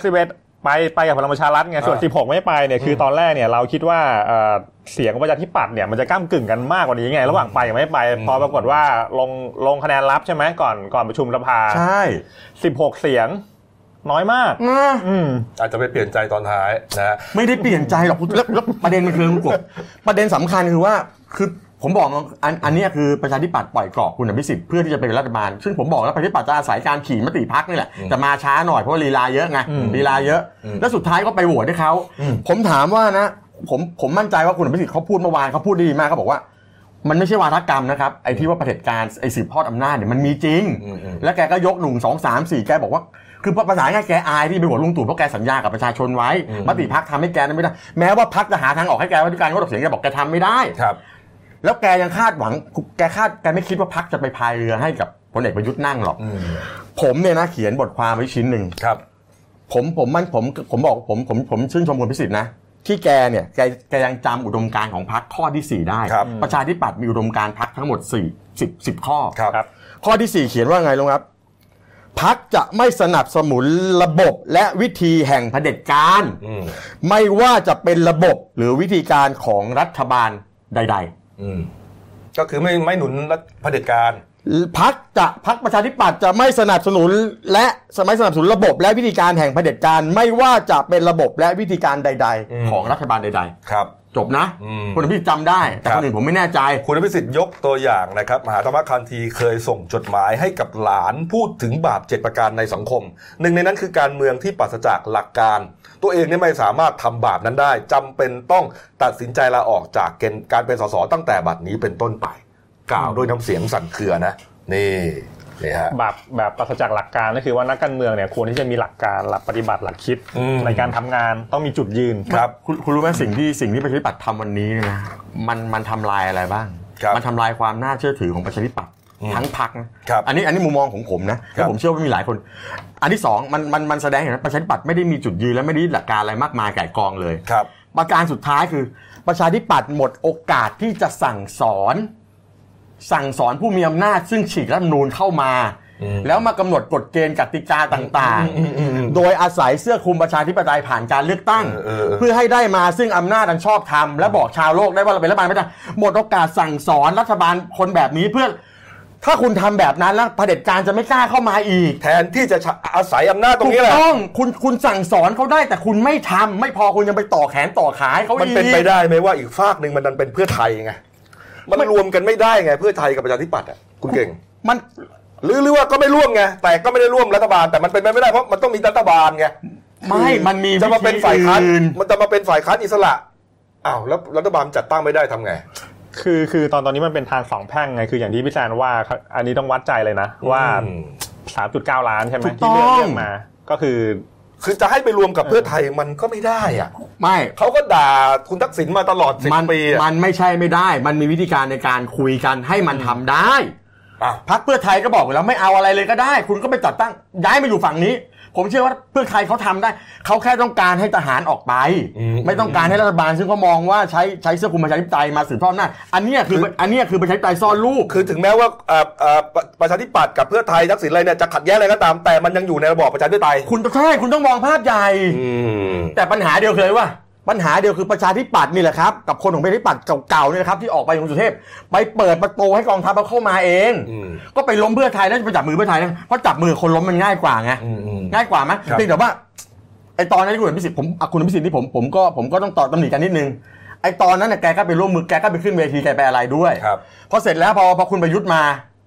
[SPEAKER 3] 61 ไปไปกับพลังประชารัฐไงส่วน
[SPEAKER 1] อ่า
[SPEAKER 3] 16 ไม่ไปเนี่ยคือตอนแรกเนี่ยเราคิดว่าเอ่อเสียงของประชาธิปัตย์เนี่ยมันจะก้ามกึ่งกันมากกว่านี้ไง ระหว่างไปกับไม่ไป พอปรากฏว่าลงลงคะแนนลับใช่ไหมก่อนก่อนประชุมสภา
[SPEAKER 2] ใช่
[SPEAKER 3] 16 เสียง น้อยมาก
[SPEAKER 2] นะ
[SPEAKER 3] อืม
[SPEAKER 1] อาจจะไปเปลี่ยนใจตอนท้ายนะฮะ
[SPEAKER 2] ไม่ได้เปลี่ยนใจหรอกแล้วแล้วประเด็นมันคือคุณกบประเด็นสำคัญคือว่าคือผมบอกอันอันเนี้ยคือประชาธิปัตย์ปล่อยกรอบคุณอภิสิทธิ์เพื่อที่จะเป็นรัฐบาล ซึ่งผมบอกแล้วประชาธิปัตย์จะอาศัยการขี่มติพักนี่แหละแต่มาช้าหน่อยเพราะว่าลีลาเยอะไงลีลาเยอะ แล้วสุดท้ายก็ไปโหวตให้เขาผมถามว่านะผมผมมั่นใจว่าคุณอภิสิทธิ์เขาพูดเมื่อวานเขาพูดดีมากเขาบอกว่า มันไม่ใช่วาทกรรมนะครับไอ้ที่ว่าประเผด็จการไอ้สืบทอดอำนาจเนี่ยมันมีจริง
[SPEAKER 1] อืมอืม
[SPEAKER 2] แล้วแกก็ยกหนึ่งสองสามสี่แกบอกว่า คือภาษาง่ายๆแกอายที่ไปโหวตลุงตู่เพราะแกสัญญากับประชาชนไว้มติพักทำให้แกนั้นไม่ได้ แม้ว่าพักจะหาทางออกให้แกว่าด้วยการงดออกเสียงแกบอกแกทำไม่ได้
[SPEAKER 1] ครับ
[SPEAKER 2] แล้วแกยังคาดหวังแกคาดแกไม่คิดว่าพักจะไปพายเรือให้กับพลเอกประยุทธ์นั่งหรอก
[SPEAKER 1] อืม
[SPEAKER 2] ผมเนี่ยนะเขียนบทความไว้ชิ้นหนึ่ง
[SPEAKER 1] ครับ
[SPEAKER 2] ผมผมมันผมผมบอกผมผมผมชื่นชมคุณพิสิทธิ์นะที่แกเนี่ยแกแกยังจำอุดมการณ์ของพรรคข้อที่ 4 ได้
[SPEAKER 1] ครับ
[SPEAKER 2] ประชาธิปัตย์มีอุดมการณ์พรรคทั้งหมด4 10 10 ข้อ
[SPEAKER 1] ครับ
[SPEAKER 3] ครับ
[SPEAKER 2] ข้อทีสี่ 4 เขียนว่าไงลงครับพักจะไม่สนับสนุนระบบและวิธีแห่งเผด็จการ
[SPEAKER 1] อืม
[SPEAKER 2] ไม่ว่าจะเป็นระบบหรือวิธีการของรัฐบาลใด ๆ
[SPEAKER 1] อืมก็คือไม่ไม่หนุนรัฐเผด็จการ
[SPEAKER 2] พักจะพักประชาธิปัตย์จะไม่สนับสนุนและสมัยสนับสนุนระบบและวิธีการแห่งเผด็จการ ไม่ว่าจะเป็นระบบและวิธีการใด
[SPEAKER 1] อืม
[SPEAKER 2] ๆ ของรัฐบาลใด
[SPEAKER 1] ครับ
[SPEAKER 2] ๆ จบนะ
[SPEAKER 1] อืม
[SPEAKER 2] คุณอภิสิทธิ์จำได้ แต่
[SPEAKER 1] ค
[SPEAKER 2] ครับ นอื่นผมไม่แน่ใจ
[SPEAKER 1] คุณพิสิทธิ์ยกตัวอย่างนะครับ มหาธรรมคันธีเคยส่งจดหมายให้กับหลานพูดถึงบาปเจ็ดประการในสังคม หนึ่งในนั้นคือการเมืองที่ปราศจากหลักการ ตัวเองเนี่ยไม่สามารถทำบาปนั้นได้จำเป็นต้องตัดสินใจลาออกจากเกณฑ์การเป็นสสตั้งแต่บัดนี้เป็นต้นไป กล่าวด้วยน้ำเสียงสั่นเครือนะ นี่นี่ฮะ
[SPEAKER 3] แบบแบบปราศจากหลักการก็คือว่านักการเมืองเนี่ยควรที่จะมีหลักการหลักปฏิบัติหลักคิด
[SPEAKER 1] อืม
[SPEAKER 3] ในการทำงานต้องมีจุดยืน
[SPEAKER 1] ครับ
[SPEAKER 2] คุณคุณรู้ไหมสิ่งที่สิ่งที่ประชาธิปัตย์ทำวันนี้เนี่ยนะมันมันทำลายอะไรบ้าง
[SPEAKER 1] ครับ
[SPEAKER 2] มันทำลายความน่าเชื่อถือของประชาธิปัตย์ทั้งพรรคนะครับ อันนี้อันนี้มุมมองของผมนะครับและผมเชื่อว่ามีหลายคน อันที่สองมันมันมันแสดงเห็นว่าประชาธิปัตย์ไม่ได้มีจุดยืนและไม่ได้ยึดหลักการอะไรมากมายไก่ายกองเลย
[SPEAKER 1] ครับ
[SPEAKER 2] ประการสุดท้ายคือ ประชาธิปัตย์หมดโอกาสที่จะสั่งสอน สั่งสอนผู้มีอำนาจซึ่งฉีกรัฐธรรมนูญเข้ามา แล้วมากำหนดกฎเกณฑ์กติกาต่างๆ โดยอาศัยเสื้อคลุมประชาธิปไตยผ่านการเลือกตั้ง
[SPEAKER 1] เออเออ
[SPEAKER 2] เพื่อให้ได้มาซึ่งอำนาจอันชอบธรรมและบอกชาวโลกได้ว่าเราเป็นรัฐบาลไม่ได้หมดโอกาสสั่งสอนรัฐบาลคนแบบนี้เพื่อ ถ้าคุณทำแบบนั้นแล้วเผด็จการจะไม่กล้าเข้ามาอีก
[SPEAKER 1] แทนที่จะอาศัยอำนาจตรงนี้แหละ
[SPEAKER 2] ถูกต้องคุณคุณสั่งสอนเขาได้แต่คุณไม่ทำไม่พอคุณยังไปต่อแขนต่อขาให้เขาอีก
[SPEAKER 1] มันเป็นไปได้ไหมว่าอีกฝากหนึ่งมันดันเป็นเพื่อไทยไง มันรวมกันไม่ได้ไง เพื่อไทยกับประชาธิปัตย์อ่ะคุณเก่ง
[SPEAKER 2] มัน
[SPEAKER 1] หรือหรือว่าก็ไม่ร่วมไง แต่ก็ไม่ได้ร่วมรัฐบาล แต่มันเป็นไปไม่ได้เพราะมันต้องมีรัฐบาลไง
[SPEAKER 2] ไม่มันมี
[SPEAKER 1] จะมาเป็นฝ่ายค้าน
[SPEAKER 2] วิธีอื่
[SPEAKER 1] มันจะมาเป็นฝ่ายค้านอิสระอ้าวแล้วรัฐบาลจัดตั้งไม่ได้ทำไง
[SPEAKER 3] คือคือตอนตอนนี้มันเป็นทางสองแพร่งไงคืออย่างที่พี่แซนว่าครับอันนี้ต้องวัดใจเลยนะว่า
[SPEAKER 1] อืม
[SPEAKER 3] 3.9 ล้านใช่ไหม
[SPEAKER 2] ถูกต้อ
[SPEAKER 3] ที่
[SPEAKER 2] ง
[SPEAKER 3] เลือกเลือกมา ก็คือ
[SPEAKER 1] คือจะให้ไปรวมกับเพื่อไทยมันก็ไม่ได้อ่ะ
[SPEAKER 2] ไม่
[SPEAKER 1] เขาก็ด่าคุณทักษิณมาตลอดสิบ
[SPEAKER 2] มัน
[SPEAKER 1] ปีอ่ะ
[SPEAKER 2] มันไม่ใช่ไม่ได้ มันมีวิธีการในการคุยกันให้มันทำได้
[SPEAKER 1] อ่ะ
[SPEAKER 2] พักเพื่อไทยก็บอกอยู่แล้วไม่เอาอะไรเลยก็ได้ คุณก็ไปจัดตั้งย้ายมาอยู่ฝั่งนี้ ผมเชื่อว่าเพื่อไทยเขาทำได้ เขาแค่ต้องการให้ทหารออกไป ไม่ต้องการให้รัฐบาล ซึ่งเขามองว่าใช้ใช้เสื้อคลุมประชาธิปไตยมาสืบทอดอำนาจอันเนี้ยคืออันเนี้ยคือประชาธิปไตยซ่อนลูก
[SPEAKER 1] คือถึงแม้ว่าเอ่อเอ่อประประชาธิปัตย์กับเพื่อไทยทักษิณอะไรเนี่ยจะขัดแย้งอะไรก็ตาม แต่มันยังอยู่ในระบอบประชาธิปไตย
[SPEAKER 2] คุณต้องใช่คุณต้องมองภาพใหญ่
[SPEAKER 1] อืม
[SPEAKER 2] แต่ปัญหาเดียวเลยว่าปัญหาเดียวคือประชาธิปัตย์นี่แหละครับ กับคนของประชาธิปัตย์เก่าๆเนี่ยนะครับที่ออกไปของสุเทพ ไปเปิดประตูให้กองทัพเขาเข้ามาเอง
[SPEAKER 1] อืม
[SPEAKER 2] ก็ไปล้มเพื่อไทยแล้วจะไปจับมือเพื่อไทยนะเพราะจับมือคนล้มมันง่ายกว่าไง
[SPEAKER 1] อืมอืม
[SPEAKER 2] ง่ายกว่ามั้ย
[SPEAKER 1] ครับ
[SPEAKER 2] เพียงแต่ว่าไอตอนนั้นที่คุณพิสิทธิ์ผมอ่ะคุณพิสิทธิ์ที่ผมผมก็ผมก็ต้องต่อตำหนิกันนิดนึงไอตอนนั้นน่ะแกก็ไปร่วมมือแกก็ไปขึ้นเวทีแกไปอะไรด้วย
[SPEAKER 1] ครับ
[SPEAKER 2] พอเสร็จแล้วพอพอคุณประยุทธ์มา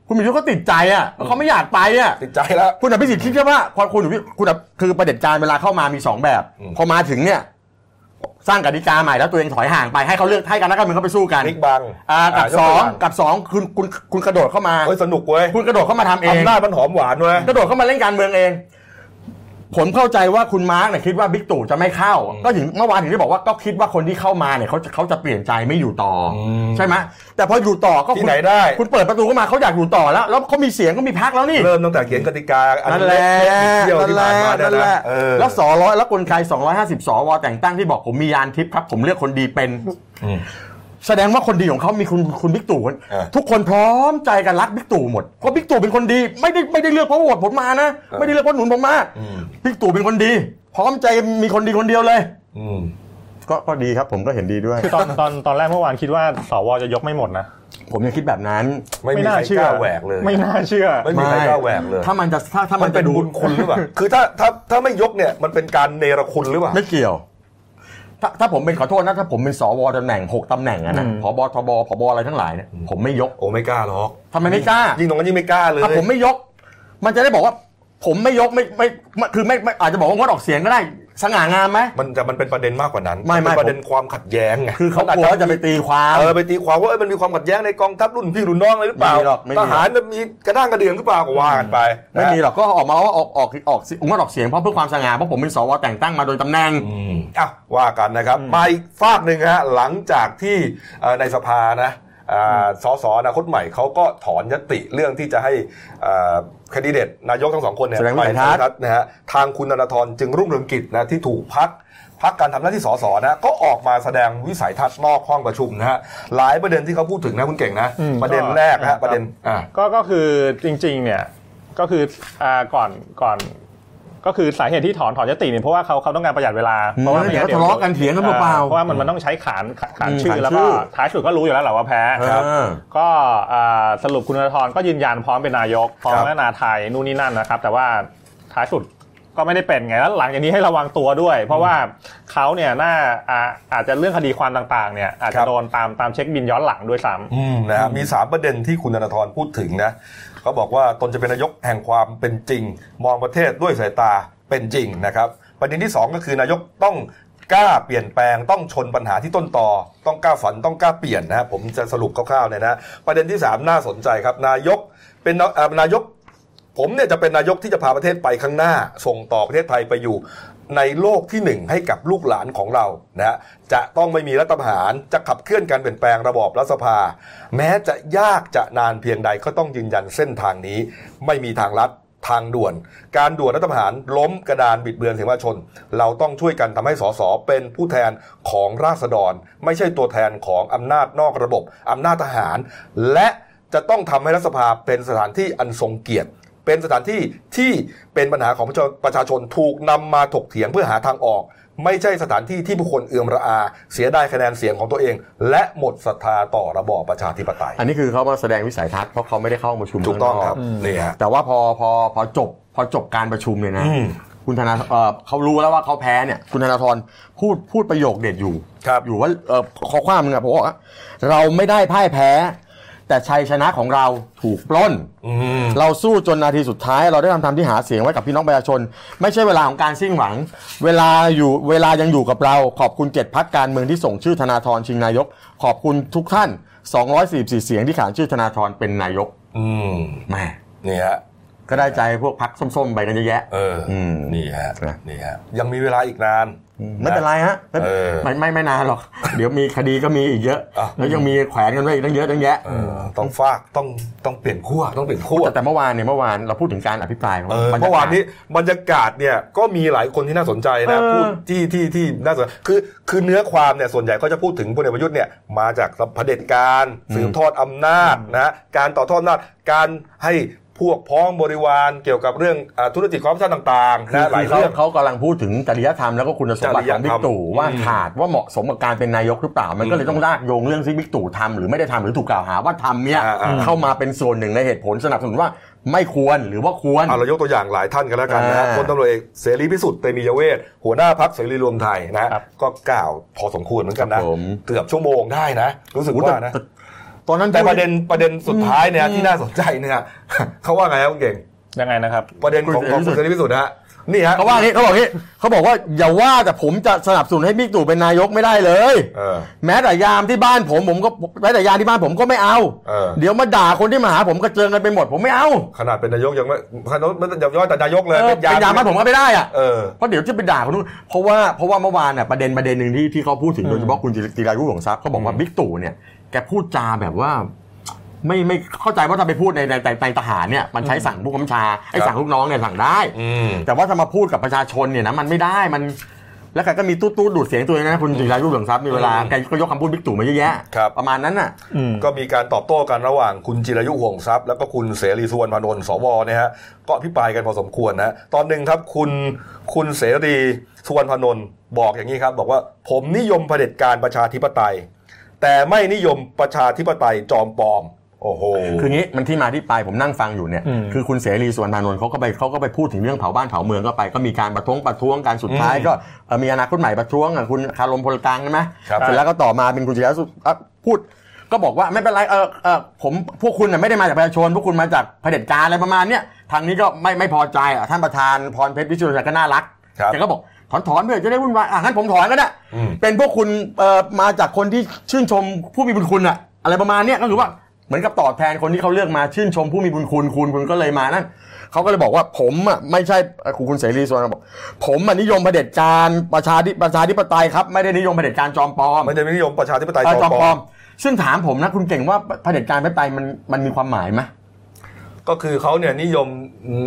[SPEAKER 2] คุณประยุทธ์ก็ติดใจอ่ะเขาไม่อยากไปอ่ะ
[SPEAKER 1] ติดใจแล้ว
[SPEAKER 2] คุณอภิสิทธิ์คิดแค่ว่าพอคุณอภิคุณอภิคือประเด็จการเวลาเข้ามามีสองแบบ
[SPEAKER 1] อืม
[SPEAKER 2] พอมาถึงเนี่ย สร้างกติกาใหม่แล้วตัวเองถอยห่างไปให้เขาเลือกให้กันแล้วกันมึงเขาไปสู้กัน
[SPEAKER 1] นิกบัง
[SPEAKER 2] อ่ากับ
[SPEAKER 1] ย
[SPEAKER 2] ส
[SPEAKER 1] ตัว
[SPEAKER 2] อง
[SPEAKER 1] ย่า
[SPEAKER 2] กับสองคุณคุณคุณกระโดดเข้ามา
[SPEAKER 1] เฮ้ยสนุกเว้ย
[SPEAKER 2] คุณกระโดดเข้ามาทำเอง
[SPEAKER 1] อำนาจมันหอมหวานเว้ย
[SPEAKER 2] กระโดดเข้ามาเล่นการเมืองเอง ผมเข้าใจว่าคุณมาร์กเนี่ยคิดว่าบิ๊กตู่จะไม่เข้า ก็ถึงเมื่อวานถึงได้บอกว่าก็คิดว่าคนที่เข้ามาเนี่ยเขาจะเขาจะเปลี่ยนใจไม่อยู่ต่ออ
[SPEAKER 1] ม
[SPEAKER 2] ใช่ไหมแต่พออยู่ต่อก็คุณ
[SPEAKER 1] ที่ไหนได้
[SPEAKER 2] คุณเปิดประตูเข้ามาเขาอยากอยู่ต่อแล้ว แล้วเขามีเสียงก็มีพักแล้วนี่
[SPEAKER 1] เริ่มตั้งแต่เขียนกติกาอั
[SPEAKER 2] นั่นแหละ
[SPEAKER 1] เที่ยว
[SPEAKER 2] นั่
[SPEAKER 1] ที่
[SPEAKER 2] นแห
[SPEAKER 1] ผ่าน
[SPEAKER 2] ละ
[SPEAKER 1] มาได้
[SPEAKER 2] นั่นแห
[SPEAKER 1] นะ
[SPEAKER 2] ละ
[SPEAKER 1] เออ
[SPEAKER 2] แล้วสอร้อยแล้วกลไก250สวแต่งตั้งที่บอกผมมียานทิพย์ครับ ผมเลือกคนดีเป็น
[SPEAKER 1] อืม
[SPEAKER 2] แสดงว่าคนดีของเขามีคุณคุณบิ๊กตู่คน
[SPEAKER 1] เออ
[SPEAKER 2] ทุกคนพร้อมใจกันรักบิ๊กตู่หมดเพราะบิ๊กตู่เป็นคนดีไม่ได้ไม่ได้เลือกเพราะโหวตผมมานะไม่ได้เลือกเพราะหนุนผมมา
[SPEAKER 1] อืม
[SPEAKER 2] บิ๊กตู่เป็นคนดี พร้อมใจมีคนดีคนเดียวเลย
[SPEAKER 1] อืม
[SPEAKER 2] ก็ก็ดีครับผมก็เห็นดีด้วย
[SPEAKER 3] คือตอนตอนตอนแรกเมื่อวานคิดว่าสวจะยกไม่หมดนะ
[SPEAKER 2] ผมยังคิดแบบนั้น
[SPEAKER 1] ไม่มีใครกล้าแหวกเลย
[SPEAKER 3] ไม่น่าเชื่อ
[SPEAKER 1] ไม่มีใครกล้าแหวกเลย
[SPEAKER 2] ถ้ามันจะถ้าถ้า
[SPEAKER 1] มั
[SPEAKER 2] มัน น
[SPEAKER 1] เป็น
[SPEAKER 2] จะดู
[SPEAKER 1] บุญคุณหรือเปล่า
[SPEAKER 2] <laughs>
[SPEAKER 1] คือถ้าถ้าถ้าไม่ยกเนี่ยมันเป็นการเนรคุณหรือเปล่า
[SPEAKER 2] ไม่เกี่ยว ถ้าถ้าผมเป็นขอโทษนะถ้าผมเป็นสวตำแหน่งหกตำแหน่งอะนะ
[SPEAKER 3] อืม
[SPEAKER 2] ผบทบผบอะไรทั้งหลายเนี่ยผมไม่ยก
[SPEAKER 1] โอ้ไม่กล้าหรอก
[SPEAKER 2] ทำไมไม่กล้า
[SPEAKER 1] ยิ่งตรงนั้นยิ่งไม่กล้าเลย
[SPEAKER 2] ถ้าผมไม่ยก มันจะได้บอกว่า ผมไม่ยกไม่ไม่ไม่คือไม่ไม่อาจจะบอกว่างดออกเสียงก็ได้ สง่างามไหม
[SPEAKER 1] มันจะมันเป็นประเด็นมากกว่านั้น
[SPEAKER 2] ไม่ไม่
[SPEAKER 1] เป็นประเด็นความขัดแย้งไง
[SPEAKER 2] คือเขากลัวว่าจะไปตีความ
[SPEAKER 1] เออไปตีความว่าเอ้ยมันมีความขัดแย้งในกองทัพรุ่นพี่รุ่นน้องอะไรหรือเปล่า
[SPEAKER 2] ไม่มีหรอกไม่มีห
[SPEAKER 1] ท
[SPEAKER 2] รอก
[SPEAKER 1] หารมันมีกระด้างกระเดื่องหรือเปล่าก็ว่ากันไปนะ
[SPEAKER 2] ไม่มีหรอกก็ออกมาว่าออกออกออกเสียงงดออกเสียงเพราะเพื่อความสง่าเพราะผมเป็นสวแต่งตั้งมาโดยตำแหน่ง
[SPEAKER 1] อืมอ่ะว่ากันนะครับมาอีกฝากหนึ่งฮะหลังจากที่เอ่อในสภานะอ่าสสอนาคตใหม่เขาก็ถอนยติเรื่องที่จะให้คนดิเดตนายกทั้งสองคนเนี่ย
[SPEAKER 2] แสดงวิ
[SPEAKER 1] ไป
[SPEAKER 2] สัยทัศน์
[SPEAKER 1] ทัศน์นะฮะทางคุณธนาธรจึงรุ่งเรืองกิจนะที่ถูกพัก พักการทำหน้าที่สสนะก็ออกมาแสดงวิสัยทัศน์นอกห้องประชุมนะฮะหลายประเด็นที่เขาพูดถึงนะคุณเก่งนะ
[SPEAKER 3] อืม
[SPEAKER 1] ประเด็น
[SPEAKER 3] ก็
[SPEAKER 1] แรกนะ
[SPEAKER 3] ครั
[SPEAKER 1] ฮะ
[SPEAKER 3] บ
[SPEAKER 1] ประเด็นอ่า
[SPEAKER 3] ก็ก็คือจริงๆเนี่ยก็คืออ่าก่อนก่อน ก็คือสาเหตุที่ถอนถอนยติเนี่ยเพราะว่าเขาเขาต้องการประหยัดเวลา
[SPEAKER 2] อืม
[SPEAKER 3] เพราะว่า
[SPEAKER 2] เดี๋ยวทะเลาะกันเถียงกันเปล่าๆ
[SPEAKER 3] ออเพราะว่ามันมันต้องใช้ขานขานขาน
[SPEAKER 2] อืม
[SPEAKER 3] ชื่อ
[SPEAKER 2] ขาน
[SPEAKER 3] แล้ว
[SPEAKER 2] ชื่
[SPEAKER 3] ก็
[SPEAKER 2] อ
[SPEAKER 3] ท้ายสุดก็รู้อยู่แล้วแหละว่าแพ้
[SPEAKER 1] ครับ
[SPEAKER 2] เออ
[SPEAKER 3] ก็อ่าสรุปคุณธนาธรก็ยืนยันพร้อมเป็นนายกพร้อม
[SPEAKER 1] ครับ
[SPEAKER 3] พัฒนาไทยนู่นนี่นั่นนะครับ แต่ว่าท้ายสุดก็ไม่ได้เป็นไงแล้วหลังจากนี้ให้ระวังตัวด้วย เพราะว่าเขาเนี่ยน่าอ่าอาจจะเรื่องคดีความต่างๆเนี่ยอาจจะโดนตามตามเช็คบินย้อนหลังด้วยซ้ำ
[SPEAKER 1] อืมนะฮะมีสามประเด็นที่คุณธนาธรพูดถึงนะเขาบอกว่าตนจะเป็นนายกแห่งความเป็นจริง มองประเทศด้วยสายตาเป็นจริงนะครับ ประเด็นที่สองก็คือนายกต้องกล้าเปลี่ยนแปลงต้องชนปัญหาที่ต้นตอต้องกล้าฝันต้องกล้าเปลี่ยนนะฮะผมจะสรุปคร่าวๆเนี่ยนะประเด็นที่สามน่าสนใจครับ นายกเป็นนเอ่อนายก ผมเนี่ยจะเป็นนายกที่จะพาประเทศไปข้างหน้า ส่งต่อประเทศไทยไปอยู่ ในโลกที่หนึ่งให้กับลูกหลานของเรานะฮะจะต้องไม่มีรัฐประหารจะขับเคลื่อนการเปลี่ยนแปลงระบอบรัฐสภา แม้จะยากจะนานเพียงใดก็ต้องยืนยันเส้นทางนี้ ไม่มีทางลัดทางด่วน การด่วนรัฐประหารล้มกระดานบิดเบือนเสียงประชาชน เราต้องช่วยกันทำให้สสเป็นผู้แทนของราษฎร ไม่ใช่ตัวแทนของอำนาจนอกระบบอำนาจทหาร และจะต้องทำให้รัฐสภาเป็นสถานที่อันทรงเกียรติ เป็นสถานที่ที่เป็นปัญหาของประชาประชาชนถูกนำมาถกเถียงเพื่อหาทางออก ไม่ใช่สถานที่ที่ผู้คนเอือมระอา เสียได้คะแนนเสียงของตัวเอง และหมดศรัทธาต่อระบอบประชาธิปไตย
[SPEAKER 2] อันนี้คือเขามาแสดงวิสัยทัศน์เพราะเขาไม่ได้เข้าประชุม
[SPEAKER 1] ถูกต้องครับ
[SPEAKER 2] ข้าน
[SPEAKER 1] นี่ฮะ
[SPEAKER 2] กแต่ว่าพอพอพอจบ พอจบการประชุมเนี่ยนะ
[SPEAKER 1] อืม
[SPEAKER 2] คุณธนาเอ่อเขารู้แล้วว่าเขาแพ้เนี่ย คุณธนาธรพูดพูดประโยคเด็ดอยู่
[SPEAKER 1] ครับ
[SPEAKER 2] อยู่ว่าเอ่อข้อความหนึงอะผมบอกว่าเราไม่ได้พ่ายแพ้ แต่ชัยชนะของเราถูกปล้น
[SPEAKER 1] อืม
[SPEAKER 2] เราสู้จนนาทีสุดท้ายเราได้ทำทำที่หาเสียงไว้กับพี่น้องประชาชน ไม่ใช่เวลาของการสิ้นหวัง เวลาอยู่เวลายังอยู่กับเรา ขอบคุณเจ็ดพักการเมืองที่ส่งชื่อธนาธรชิงนายก ขอบคุณทุกท่าน 244 เสียงที่ขานชื่อธนาธรเป็นนายก
[SPEAKER 1] อืม
[SPEAKER 2] แหม่
[SPEAKER 1] นี่ฮะ
[SPEAKER 2] ก็ได้ใจพวกพักส้มๆไปกันเยอะแยะ
[SPEAKER 1] เอออ
[SPEAKER 2] ม
[SPEAKER 1] นี่ฮะ
[SPEAKER 2] นะ
[SPEAKER 1] นี่ฮะยังมีเวลาอีกนาน
[SPEAKER 2] ไม่เป็นไรฮะไม่
[SPEAKER 1] เออ
[SPEAKER 2] ไม่ไม่ไม่นาน
[SPEAKER 1] <laughs>
[SPEAKER 2] หรอก เดี๋ยวมีคดีก็มีอีกเยอะ
[SPEAKER 1] อ่ะ
[SPEAKER 2] แล้วยังมีแขวนกันไว้อีกตั้งเยอะตั้งแยะ
[SPEAKER 1] เออต้องฟากต้องต้องเปลี่ยนขั้วต้องเปลี่ยนขั้ว
[SPEAKER 2] แต่แต่เมื่อวานเนี่ยเมื่อวานเราพูดถึงการอภิปรายของ
[SPEAKER 1] เออบ
[SPEAKER 2] รรยกศ
[SPEAKER 1] เมื่อวานนี้บรรยากาศเนี่ยก็มีหลายคนที่น่าสนใจนะ
[SPEAKER 2] เออ
[SPEAKER 1] พูดที่ที่ที่น่าสนคือคือเนื้อความเนี่ยส่วนใหญ่ก็จะพูดถึงพลเอกประยุทธ์เนี่ยมาจากเผด็จการสืบทอดอำนาจนะการต่อทอดอำนาจการให้พวกพ้องบริวารเกี่ยวกับเรื่องอ่าธุรกิจคอร์รัปชันต่างๆ
[SPEAKER 2] คือ
[SPEAKER 1] นะหลาย
[SPEAKER 2] เขา
[SPEAKER 1] เรื่อง
[SPEAKER 2] เขากำลังพูดถึงจริยธรรมแล้วก็คุณสมบัติของบิ๊กตู่ว่าขาดว่าเหมาะสมกับการเป็นนายกหรือเปล่า มันก็เลยต้องลากโยงเรื่องที่บิ๊กตู่ทำหรือไม่ได้ทำหรือถูกกล่าวหาว่าทำเนี่ย
[SPEAKER 1] อ่าอ่า
[SPEAKER 2] เข้ามาเป็นส่วนหนึ่งในเหตุผลสนับสนุนว่าไม่ควรหรือว่าควร
[SPEAKER 1] เอาเรายกตัวอย่างหลายท่านกันแล้วกันนะ
[SPEAKER 2] อ่า
[SPEAKER 1] พลตำรวจเอกเสรีพิสุทธิ์เตมียเวทหัวหน้าพักเสรีรวมไทยนะ
[SPEAKER 3] ครับ
[SPEAKER 1] ก็กล่าวพอสมควรเหมือนกันนะเกือบชั่วโมงได้นะ รู้สึก
[SPEAKER 2] โอ้โห
[SPEAKER 1] ว่า
[SPEAKER 2] แต่
[SPEAKER 1] นะ
[SPEAKER 2] แต่ตอนนั้น
[SPEAKER 1] แต่ประเด็นประเด็นสุดท้าย <laughs> เนี่ยที่น่าสนใจเนี่ย เขาว่าไงครับคุณเก่ง
[SPEAKER 3] ยังไงนะครับ
[SPEAKER 1] ประเด็นของของคุณเสรีพิสุทธิ์นะฮะ นี่ฮะ
[SPEAKER 2] เขาว่างี้เขาบอกงี้เขาบอกว่าอย่าว่าแต่ผมจะสนับสนุนให้บิ๊กตู่เป็นนายกไม่ได้เลย
[SPEAKER 1] เออ
[SPEAKER 2] แม้แต่ยามที่บ้านผมผมก็แม้แต่ยามที่บ้านผมก็ไม่เอา
[SPEAKER 1] เออ
[SPEAKER 2] ยวมาด่าคนที่มาหาผมกระเจิงกันไปหมดผมไม่เอา
[SPEAKER 1] ขนาดเป็นนายกยังไม่ขนาดไม่ยังย้อยแต่นายกเลย
[SPEAKER 2] เออเป็นยามบ้านผมก็ไม่ได้อะ
[SPEAKER 1] เออ
[SPEAKER 2] เพราะเดี๋ยวจะไปด่าคนนู้นเพราะว่าเพราะว่าเมื่อวานน่ะประเด็นประเด็นหนึ่งที่ที่เขาพูดถึงโดยเฉพาะคุณจิรจิรายุห่วงทรัพย์เขาบอกว่าบิ๊กตู่เนี่ยแกพูดจาแบบว่า ไม่ไม่เข้าใจว่าถ้าไปพูดในในในในทหารเนี่ยมันใช้สั่งผู้กำชาไอ้
[SPEAKER 1] ครับ
[SPEAKER 2] สั่งลูกน้องเนี่ยสั่งได้
[SPEAKER 1] อืม
[SPEAKER 2] แต่ว่าถ้ามาพูดกับประชาชนเนี่ยนะมันไม่ได้มัน แล้วแกก็มีตู้ตู้ดูดเสียงตัวเองนะคุณจิรายุห่วงทรัพย์มีเวลา
[SPEAKER 1] อืม
[SPEAKER 2] แกก็ยกคำพูดบิ๊กตู่มาเยอะแยะ
[SPEAKER 1] ครับ
[SPEAKER 2] ประมาณนั้นน่ะ
[SPEAKER 3] อืม
[SPEAKER 1] ก็มีการตอบโต้กันระหว่างคุณจิรายุห่วงทรัพย์ แล้วก็คุณเสรีสุวรรณพานนท์สวนะฮะก็อภิปรายกันพอสมควรนะตอนหนึ่งครับคุณคุณเสรีสุวรรณพานนท์บอกอย่างนี้ครับ บอกว่าผมนิยมเผด็จการประชาธิปไตย แต่ไม่นิยมประชาธิปไตยจอมปลอม โอ้โห
[SPEAKER 2] คืองี้มันที่มาที่ไปผมนั่งฟังอยู่เนี่ย
[SPEAKER 3] อืม
[SPEAKER 2] คือคุณเสรีสุวรรณพานนท์เขาก็ไปเขาก็ไปพูดถึงเรื่องเผาบ้านเผาเมืองก็ไปก็มีการประท้วงประท้วงการสุดท้ายก็เอ่อมีอนาคตใหม่ประท้วงอ่ะคุณคารมพลกลางใช่ไหม
[SPEAKER 1] ครับ
[SPEAKER 2] เสร็จแล้วก็ต่อมาเป็นคุณจิรยุทธ์อ่ะพูด ก็บอกว่าไม่เป็นไรเออเออผมพวกคุณน่ะไม่ได้มาจากประชาชนพวกคุณมาจากเผด็จการอะไรประมาณเนี้ยทางนี้ก็ไม่ไม่พอใจอ่ะท่านประธานพรเพชรวิชุลชัยก็น่ารัก
[SPEAKER 1] ครับ
[SPEAKER 2] แต่ก็บอกถอนถอนเพื่อจะได้วุ่นวายอ่ะงั้นผมถอนก็ได้
[SPEAKER 1] อืม
[SPEAKER 2] เป็นพวกคุณเอ่อมาจากคนที่ชื่นชมผู้มีบุญคุณอะอะไรประมาณเนี้ยก็คือว่าเหมือนกับตอบแทนคนที่เขาเลือกมาชื่นชมผู้มีบุญคุณคุณคุณก็เลยมานั่นเขาก็เลยบอกว่าผมอะไม่ใช่เอ่อคุณคุณเสรีส่วนบอกผมอะนิยมเผด็จการประชาธิประชาธิปไตยครับไม่ได้นิยมเผด็จการจอมปลอม
[SPEAKER 1] ไม่ได้นิยมประชาธิปไตย
[SPEAKER 2] เอ่อ
[SPEAKER 1] จอมปลอม
[SPEAKER 2] ซึ่งถามผมนะคุณเก่งว่าเผด็จการเผด็จการมันมันมีความหมายไหม
[SPEAKER 1] ก็คือเขาเนี่ยนิยม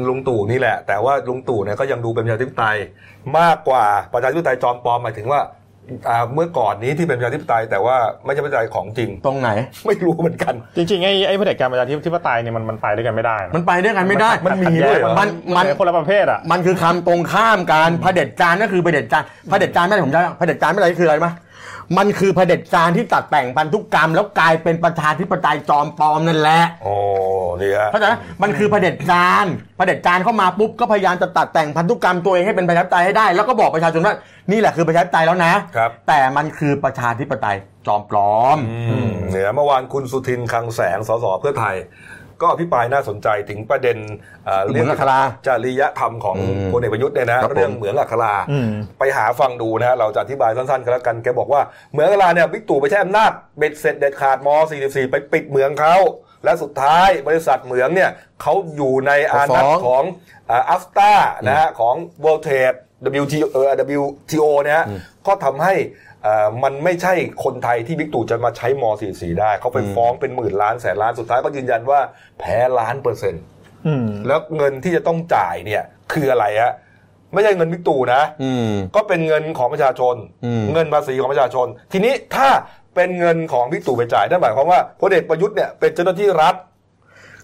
[SPEAKER 1] ลุงตู่นี่แหละ แต่ว่าลุงตู่เนี่ยก็ยังดูเป็นประชาธิปไตยมากกว่าประชาธิปไตยจอมปลอมหมายถึงว่าอ่าเมื่อก่อนนี้ที่เป็นประชาธิปไตยแต่ว่าไม่ใช่ประชาธิปไตยของจริง
[SPEAKER 2] ตรงไหน
[SPEAKER 1] ไม่รู้เหมือนกัน
[SPEAKER 3] จริงๆไอ้ไอ้เผด็จการประชาธิปไตยเนี่ยมันมันไปด้วยกันไม่ได้นะ
[SPEAKER 2] มันไปด้วยกันไม่ได้
[SPEAKER 1] มันมีด้วยเหรอ
[SPEAKER 2] มันมั
[SPEAKER 3] มัน นคนละประเภทอ่ะ
[SPEAKER 2] มันคือคำตรงข้ามการเผด็จการก็คือเผด็จการเผด็จการไม่ได้ผมจะเผด็จการไม่ได้คืออะไรมะมันคือเผด็จการที่ตัดแต่งพันธุกรรม แล้วกลายเป็นประชาธิปไตยจอมปลอมนั่นแหละ
[SPEAKER 1] โอ้นี่ฮะ
[SPEAKER 2] เข้าใจไหมมันคือเผด็จการเผด็จการเข้ามาปุ๊บก็พยายามจะตัดแต่งพันธุกรรมตัวเองให้เป็นประชาธิปไตยให้ได้ แล้วก็บอกประชาชนว่านี่แหละคือประชาธิปไตยแล้วนะ
[SPEAKER 1] ครับ
[SPEAKER 2] แต่มันคือประชาธิปไตยจอมปลอม
[SPEAKER 1] อืมเนี่ยเมื่อวานคุณสุทินคลังแสงสสเพื่อไทย ก็อภิปรายน่าสนใจถึงประเด็นอ่
[SPEAKER 2] เหมืองอัครา
[SPEAKER 1] จริยธรรมของ
[SPEAKER 2] อืม
[SPEAKER 1] พลเอกประยุทธ์เนี่ยนะครับ
[SPEAKER 2] ผม
[SPEAKER 1] เรื่องเหมืองอัครา
[SPEAKER 3] อืม
[SPEAKER 1] ไปหาฟังดูนะฮะเราจะอธิบายสั้นๆกันแล้วกันแกบอกว่าเหมืองอัคราเนี่ยบิ๊กตู่ไปใช้อำนาจเบ็ดเสร็จเด็ดขาดม .44 ไปปิดเหมืองเขาและสุดท้ายบริษัทเหมืองเนี่ยเขาอยู่ในอานัตของอัฟตานะฮะของ World Trade WTO เอ่อ WTO เนี่ยฮะก็ทำให้ เอ่อมันไม่ใช่คนไทยที่บิ๊กตู่จะมาใช้ม .44 ได้ เขาไปฟ้องเป็นหมื่นล้านแสนล้านสุดท้ายก็ยืนยันว่าแพ้ล้านเปอร์เซ็นต์
[SPEAKER 3] อืม
[SPEAKER 1] แล้วเงินที่จะต้องจ่ายเนี่ยคืออะไรฮะไม่ใช่เงินบิ๊กตู่นะ
[SPEAKER 2] อืม
[SPEAKER 1] ก็เป็นเงินของประชาชน
[SPEAKER 2] อืม
[SPEAKER 1] เงินภาษีของประชาชน ทีนี้ถ้าเป็นเงินของบิ๊กตู่ไปจ่ายนั่นหมายความว่าพลเอกประยุทธ์เนี่ยเป็นเจ้าหน้าที่รัฐ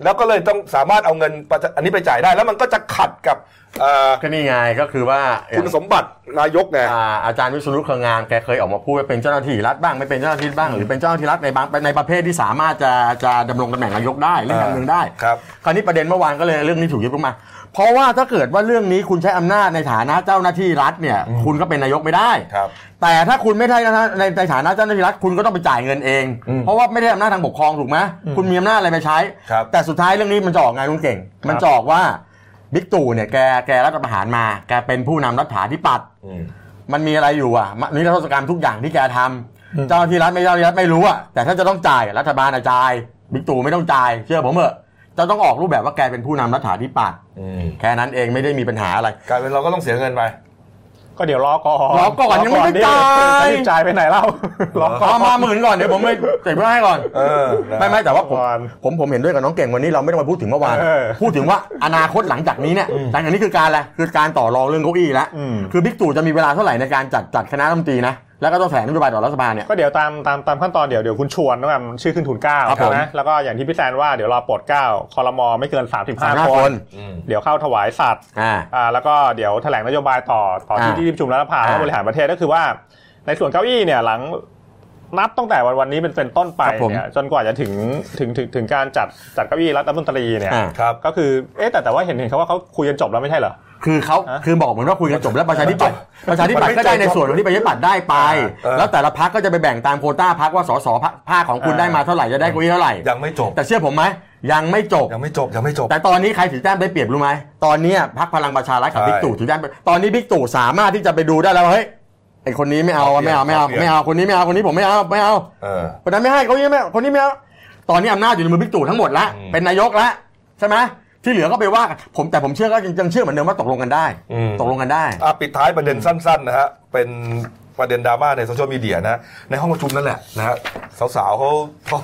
[SPEAKER 1] แล้วก็เลยต้องสามารถเอาเงินประชาอันนี้ไปจ่ายได้ แล้วมันก็จะขัดกับเอ่อ
[SPEAKER 2] ก็นี่ไงก็คือว่า
[SPEAKER 1] คุณสมบัตินายกไง
[SPEAKER 2] อ่าอาจารย์วิษณุเครืองามแกเคยออกมาพูดว่าเป็นเจ้าหน้าที่รัฐบ้างไม่เป็นเจ้าหน้าที่รัฐบ้างหรือเป็นเจ้าหน้าที่รัฐในบางในประเภทที่สามารถจะจะดำรงตำแหน่งนายกได้เล่นการเมืองได้
[SPEAKER 1] ครับ
[SPEAKER 2] คราวนี้ประเด็นเมื่อวานก็เลยเรื่องนี้ถูกยกขึ้นมา เพราะว่าถ้าเกิดว่าเรื่องนี้คุณใช้อำนาจในฐานะเจ้าหน้าที่รัฐเนี่ยคุณก็เป็นนายกไม่ได้
[SPEAKER 1] ครับ
[SPEAKER 2] แต่ถ้าคุณไม่ใช่ในในฐานะเจ้าหน้าที่รัฐคุณก็ต้องไปจ่ายเงินเอง เพราะว่าไม่ได้อำนาจทางปกครองถูกไหมคุณมีอำนาจอะไรไปใช้
[SPEAKER 1] ครับ
[SPEAKER 2] แต่สุดท้ายเรื่องนี้มันจะออกไงคุณเก่ง มันจะออกว่าบิ๊กตู่เนี่ยแกแกรัฐประหารมาแกเป็นผู้นำรัฐาธิปัตย์
[SPEAKER 1] อืม
[SPEAKER 2] มันมีอะไรอยู่อ่ะมันนิรโทษกรรมทุกอย่างที่แกทำเจ้าหน้าที่รัฐไม่เจ้าหน้าที่รัฐไม่รู้อ่ะแต่ถ้าจะต้องจ่ายรัฐบาลอะจ่ายบิ๊กตู่ไม่ต้องจ่ายเชื่อผมเถอะจะต้องออกรูปแบบว่าแกเป็นผู้นำรัฐาธิปัตย์
[SPEAKER 1] อืม
[SPEAKER 2] แค่นั้นเองไม่ได้มีปัญหาอะไร
[SPEAKER 1] กลายเป็นเราก็ต้องเสียเงินไป
[SPEAKER 3] ก็เดี๋ยวรอก่อน
[SPEAKER 2] รอก่อนยังไม่ได้จ่าย
[SPEAKER 3] จะรีบจ่ายไปไหนเล่า รอก่อน
[SPEAKER 2] เอามาหมื่นก่อนเดี๋ยวผมไปเก็บไว้ให้ก่อน
[SPEAKER 1] เออนะ
[SPEAKER 2] ไม่ไม่แต่ว่าผม
[SPEAKER 3] เมื่อวาน
[SPEAKER 2] ผมผมเห็นด้วยกับน้องเก่งวันนี้เราไม่ต้องมาพูดถึงเมื่อวาน
[SPEAKER 3] เออ
[SPEAKER 2] พูดถึงว่าอนาคตหลังจากนี้เนี่ยหลังจากนี้คือการอะไรคือการต่อรองเรื่องเก้าอี้ละ
[SPEAKER 3] อืม
[SPEAKER 2] คือบิ๊กตู่จะมีเวลาเท่าไหร่ในการจัดจัดคณะรัฐมนตรีนะแล้วก็ต้องแถลงนโยบายต่อรัฐบาลเนี่ย
[SPEAKER 3] ก็เดี๋ยวตามตามตามขั้นตอนเดี๋ยวเดี๋ยวคุณชวนนะครับชื่อขึ้นทุนเกล้า
[SPEAKER 2] ครับผม
[SPEAKER 3] นะแล้วก็อย่างที่พี่แซนว่าเดี๋ยวรอโปลดเกล้าคอรมอไม่เกิน
[SPEAKER 2] สาม
[SPEAKER 3] 35
[SPEAKER 2] ห้า
[SPEAKER 3] ค
[SPEAKER 2] คน น
[SPEAKER 1] อืม
[SPEAKER 3] เดี๋ยวเข้าถวายสัตว์
[SPEAKER 2] อ่า
[SPEAKER 3] อ่าแล้วก็เดี๋ยวแถลงนโยบายต่อต่อที่
[SPEAKER 2] อ่า
[SPEAKER 3] ที่ประชุมรัฐสภา
[SPEAKER 2] อ่า
[SPEAKER 3] ว่าบริหารประเทศก็คือว่า ในส่วนเก้าอี้เนี่ยหลังนับตั้งแต่วันวันนี้เป็นเป็นต้นไปเนี่ยจนกว่าจะถึงถึงถึงถึงการจัดจัดเก้าอี้รัฐมนตรีเนี่ย
[SPEAKER 2] อ่า
[SPEAKER 1] ครับ
[SPEAKER 3] ก็คือเอ๊ะแต่แต่ว่าเห็นเห็นเขาว่าเขาคุยกันจบแล้วไม่ใช่เหรอ
[SPEAKER 2] คือเขา
[SPEAKER 3] ฮะ
[SPEAKER 2] คือบอกเหมือนว่าคุยกันจบแล้วประชาธิปัตย์ประชาธิปัตย์ก็ได้ในส่วนของที่ประชาธิปัตย์ได้ไป
[SPEAKER 1] เออ
[SPEAKER 2] แล้วแต่ละพักก็จะไปแบ่งตามโควต้าพักว่าสสพรรคภาคของคุณได้มาเท่าไหร่จะได้เกุ้ยเท่าไหร่
[SPEAKER 1] ยังไม่จบ
[SPEAKER 2] แต่เชื่อผมไหมยังไม่จบ
[SPEAKER 1] ยังไม่จบยังไม่จบ
[SPEAKER 2] แต่ตอนนี้ใครถือแต้มได้เปรียบรู้ไหมตอนเนี้ยพักพลังประชารัฐกับ
[SPEAKER 1] ใช่
[SPEAKER 2] บิ๊กตู่ถือแต้มตอนนี้บิ๊กตู่สามารถที่จะไปดูได้แล้วว่าเฮ้ยไอคนนี้ไม่เอาอะไม่เอาไม่เอา
[SPEAKER 1] เอาเปรียบ
[SPEAKER 2] ไม่เอาคนนี้ไม่เอาคนนี้ผมไม่เอาไม่เอา
[SPEAKER 1] เออ
[SPEAKER 2] คนนั้นไม่ให้คนนี้ไม่เอาคนนี้ไม่เอาตอนนี้อำนาจอยู่ในมือบิ๊กตู่ทั้งหมดละ
[SPEAKER 1] อืม
[SPEAKER 2] เป็นนายกละใช่ไหมที่เหลือก็ไปว่ากันผมแต่ผมเชื่อก็ยังเชื่อเหมือนเดิมว่าตกลงกันได้
[SPEAKER 1] อืม
[SPEAKER 2] ตกลงกันได้
[SPEAKER 1] อ่ะปิดท้ายประเด็นสั้นๆนะฮะเป็นประเด็นดราม่าในโซเชียลมีเดียนะในห้องประชุมนั่นแหละนะฮะสาวๆเขาเขา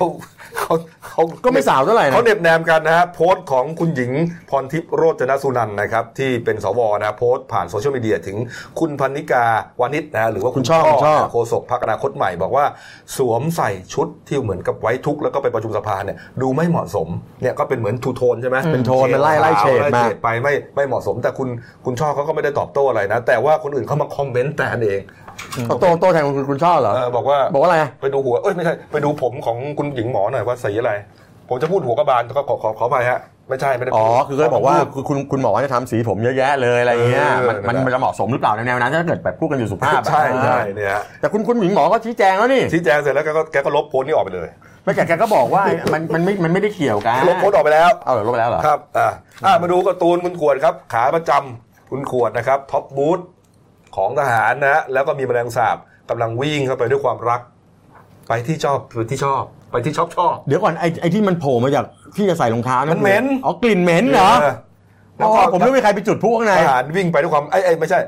[SPEAKER 1] เขาเขา
[SPEAKER 2] ก็ไม่สาวเท่าไหร่นะ
[SPEAKER 1] เขาเด็บแนมกันนะฮะโพสต์ของคุณหญิงพรทิพย์โรจนสุนันท์นะครับที่เป็นสวนะโพสต์ผ่านโซเชียลมีเดียถึงคุณพันนิกาวานิชนะฮะหรือว่า
[SPEAKER 2] คุณช่อคุณช่อ
[SPEAKER 1] นะโฆษกพรรคอนาคตใหม่บอกว่า สวมใส่ชุดที่เหมือนกับไว้ทุกข์แล้วก็ไปประชุมสภาเนี่ยดูไม่เหมาะสมเนี่ยก็เป็นเหมือนทูโทนใช่ไหม
[SPEAKER 2] เป็นโทนเป็นไล่ไล่เฉดมา
[SPEAKER 1] ไล่ไปไม่ไม่เหมาะสมแต่คุณคุณช่อเขาก็ไม่ได้ตอบโต้อะไรนะ แต่ว่าคนอื่นเขามาคอมเมนต์แต่นเอง
[SPEAKER 2] เขาโตโตแทนคุณคุณชอบเหรอ
[SPEAKER 1] เออบอกว่า
[SPEAKER 2] บอกว่าอะไรอะ
[SPEAKER 1] ไปดูหัวเอ้ยไม่ใช่ไปดูผมของคุณหญิงหมอหน่อยว่าสีอะไร ผมจะพูดหัวกระบาลก็ขอขอขอไปฮะ ไม่ใช่ไม่ได้พูด
[SPEAKER 2] อ๋อ คือก็บอกว่าคือคุณคุณหมอจะทำสีผมเยอะแยะเลยอะไรเงี้ย
[SPEAKER 1] เออ
[SPEAKER 2] มันมัน
[SPEAKER 1] นะครับ
[SPEAKER 2] มันจะเหมาะสมหรือเปล่าในแนวนั้นถ้าเกิดแบบพูดกันอยู่สุภาพอะ
[SPEAKER 1] ใช่ใช่เนี่ยฮะ
[SPEAKER 2] แต่คุณคุณหญิงหมอก็ชี้แจงแล้วนี่
[SPEAKER 1] ชี้แจงเสร็จแล้วแกก็แกก็ลบโพสต์นี้ออกไปเลย
[SPEAKER 2] ไม่แต่แกก็บอกว่า
[SPEAKER 1] <laughs>
[SPEAKER 2] มันมันไม่มันไม่ได้เกี่ยวกัน
[SPEAKER 1] ลบโพสต์ออกไปแล้ว
[SPEAKER 2] เอาเหรอลบไปแล้วเหรอ
[SPEAKER 1] ครับ อ่าอ่ะมาดูการ์ตูนคุณขวดครับ ขาประจำคุณขวดนะครับ ท็อปบูธของทหารนะ แล้วก็มีแมลงสาบกำลังวิ่งเข้าไปด้วยความรัก ไปที่ชอบไปที่ชอบ ไปที่ชอบชอบ
[SPEAKER 2] เดี๋ยวก่อนไอ้ไอ้ที่มันโผล่มาจากที่จะใส่รองเท้า
[SPEAKER 1] มั
[SPEAKER 2] นั่
[SPEAKER 1] นเหม็น
[SPEAKER 2] อ๋อกลิ่นเหม็นเหรอ
[SPEAKER 1] แล้ว
[SPEAKER 2] อ๋
[SPEAKER 1] ก็
[SPEAKER 2] อผมนึกว่าใครไปจุดพลุข้างใน
[SPEAKER 1] ทหารวิ่งไปด้วยความไอ้ไอ้ไม่ใช่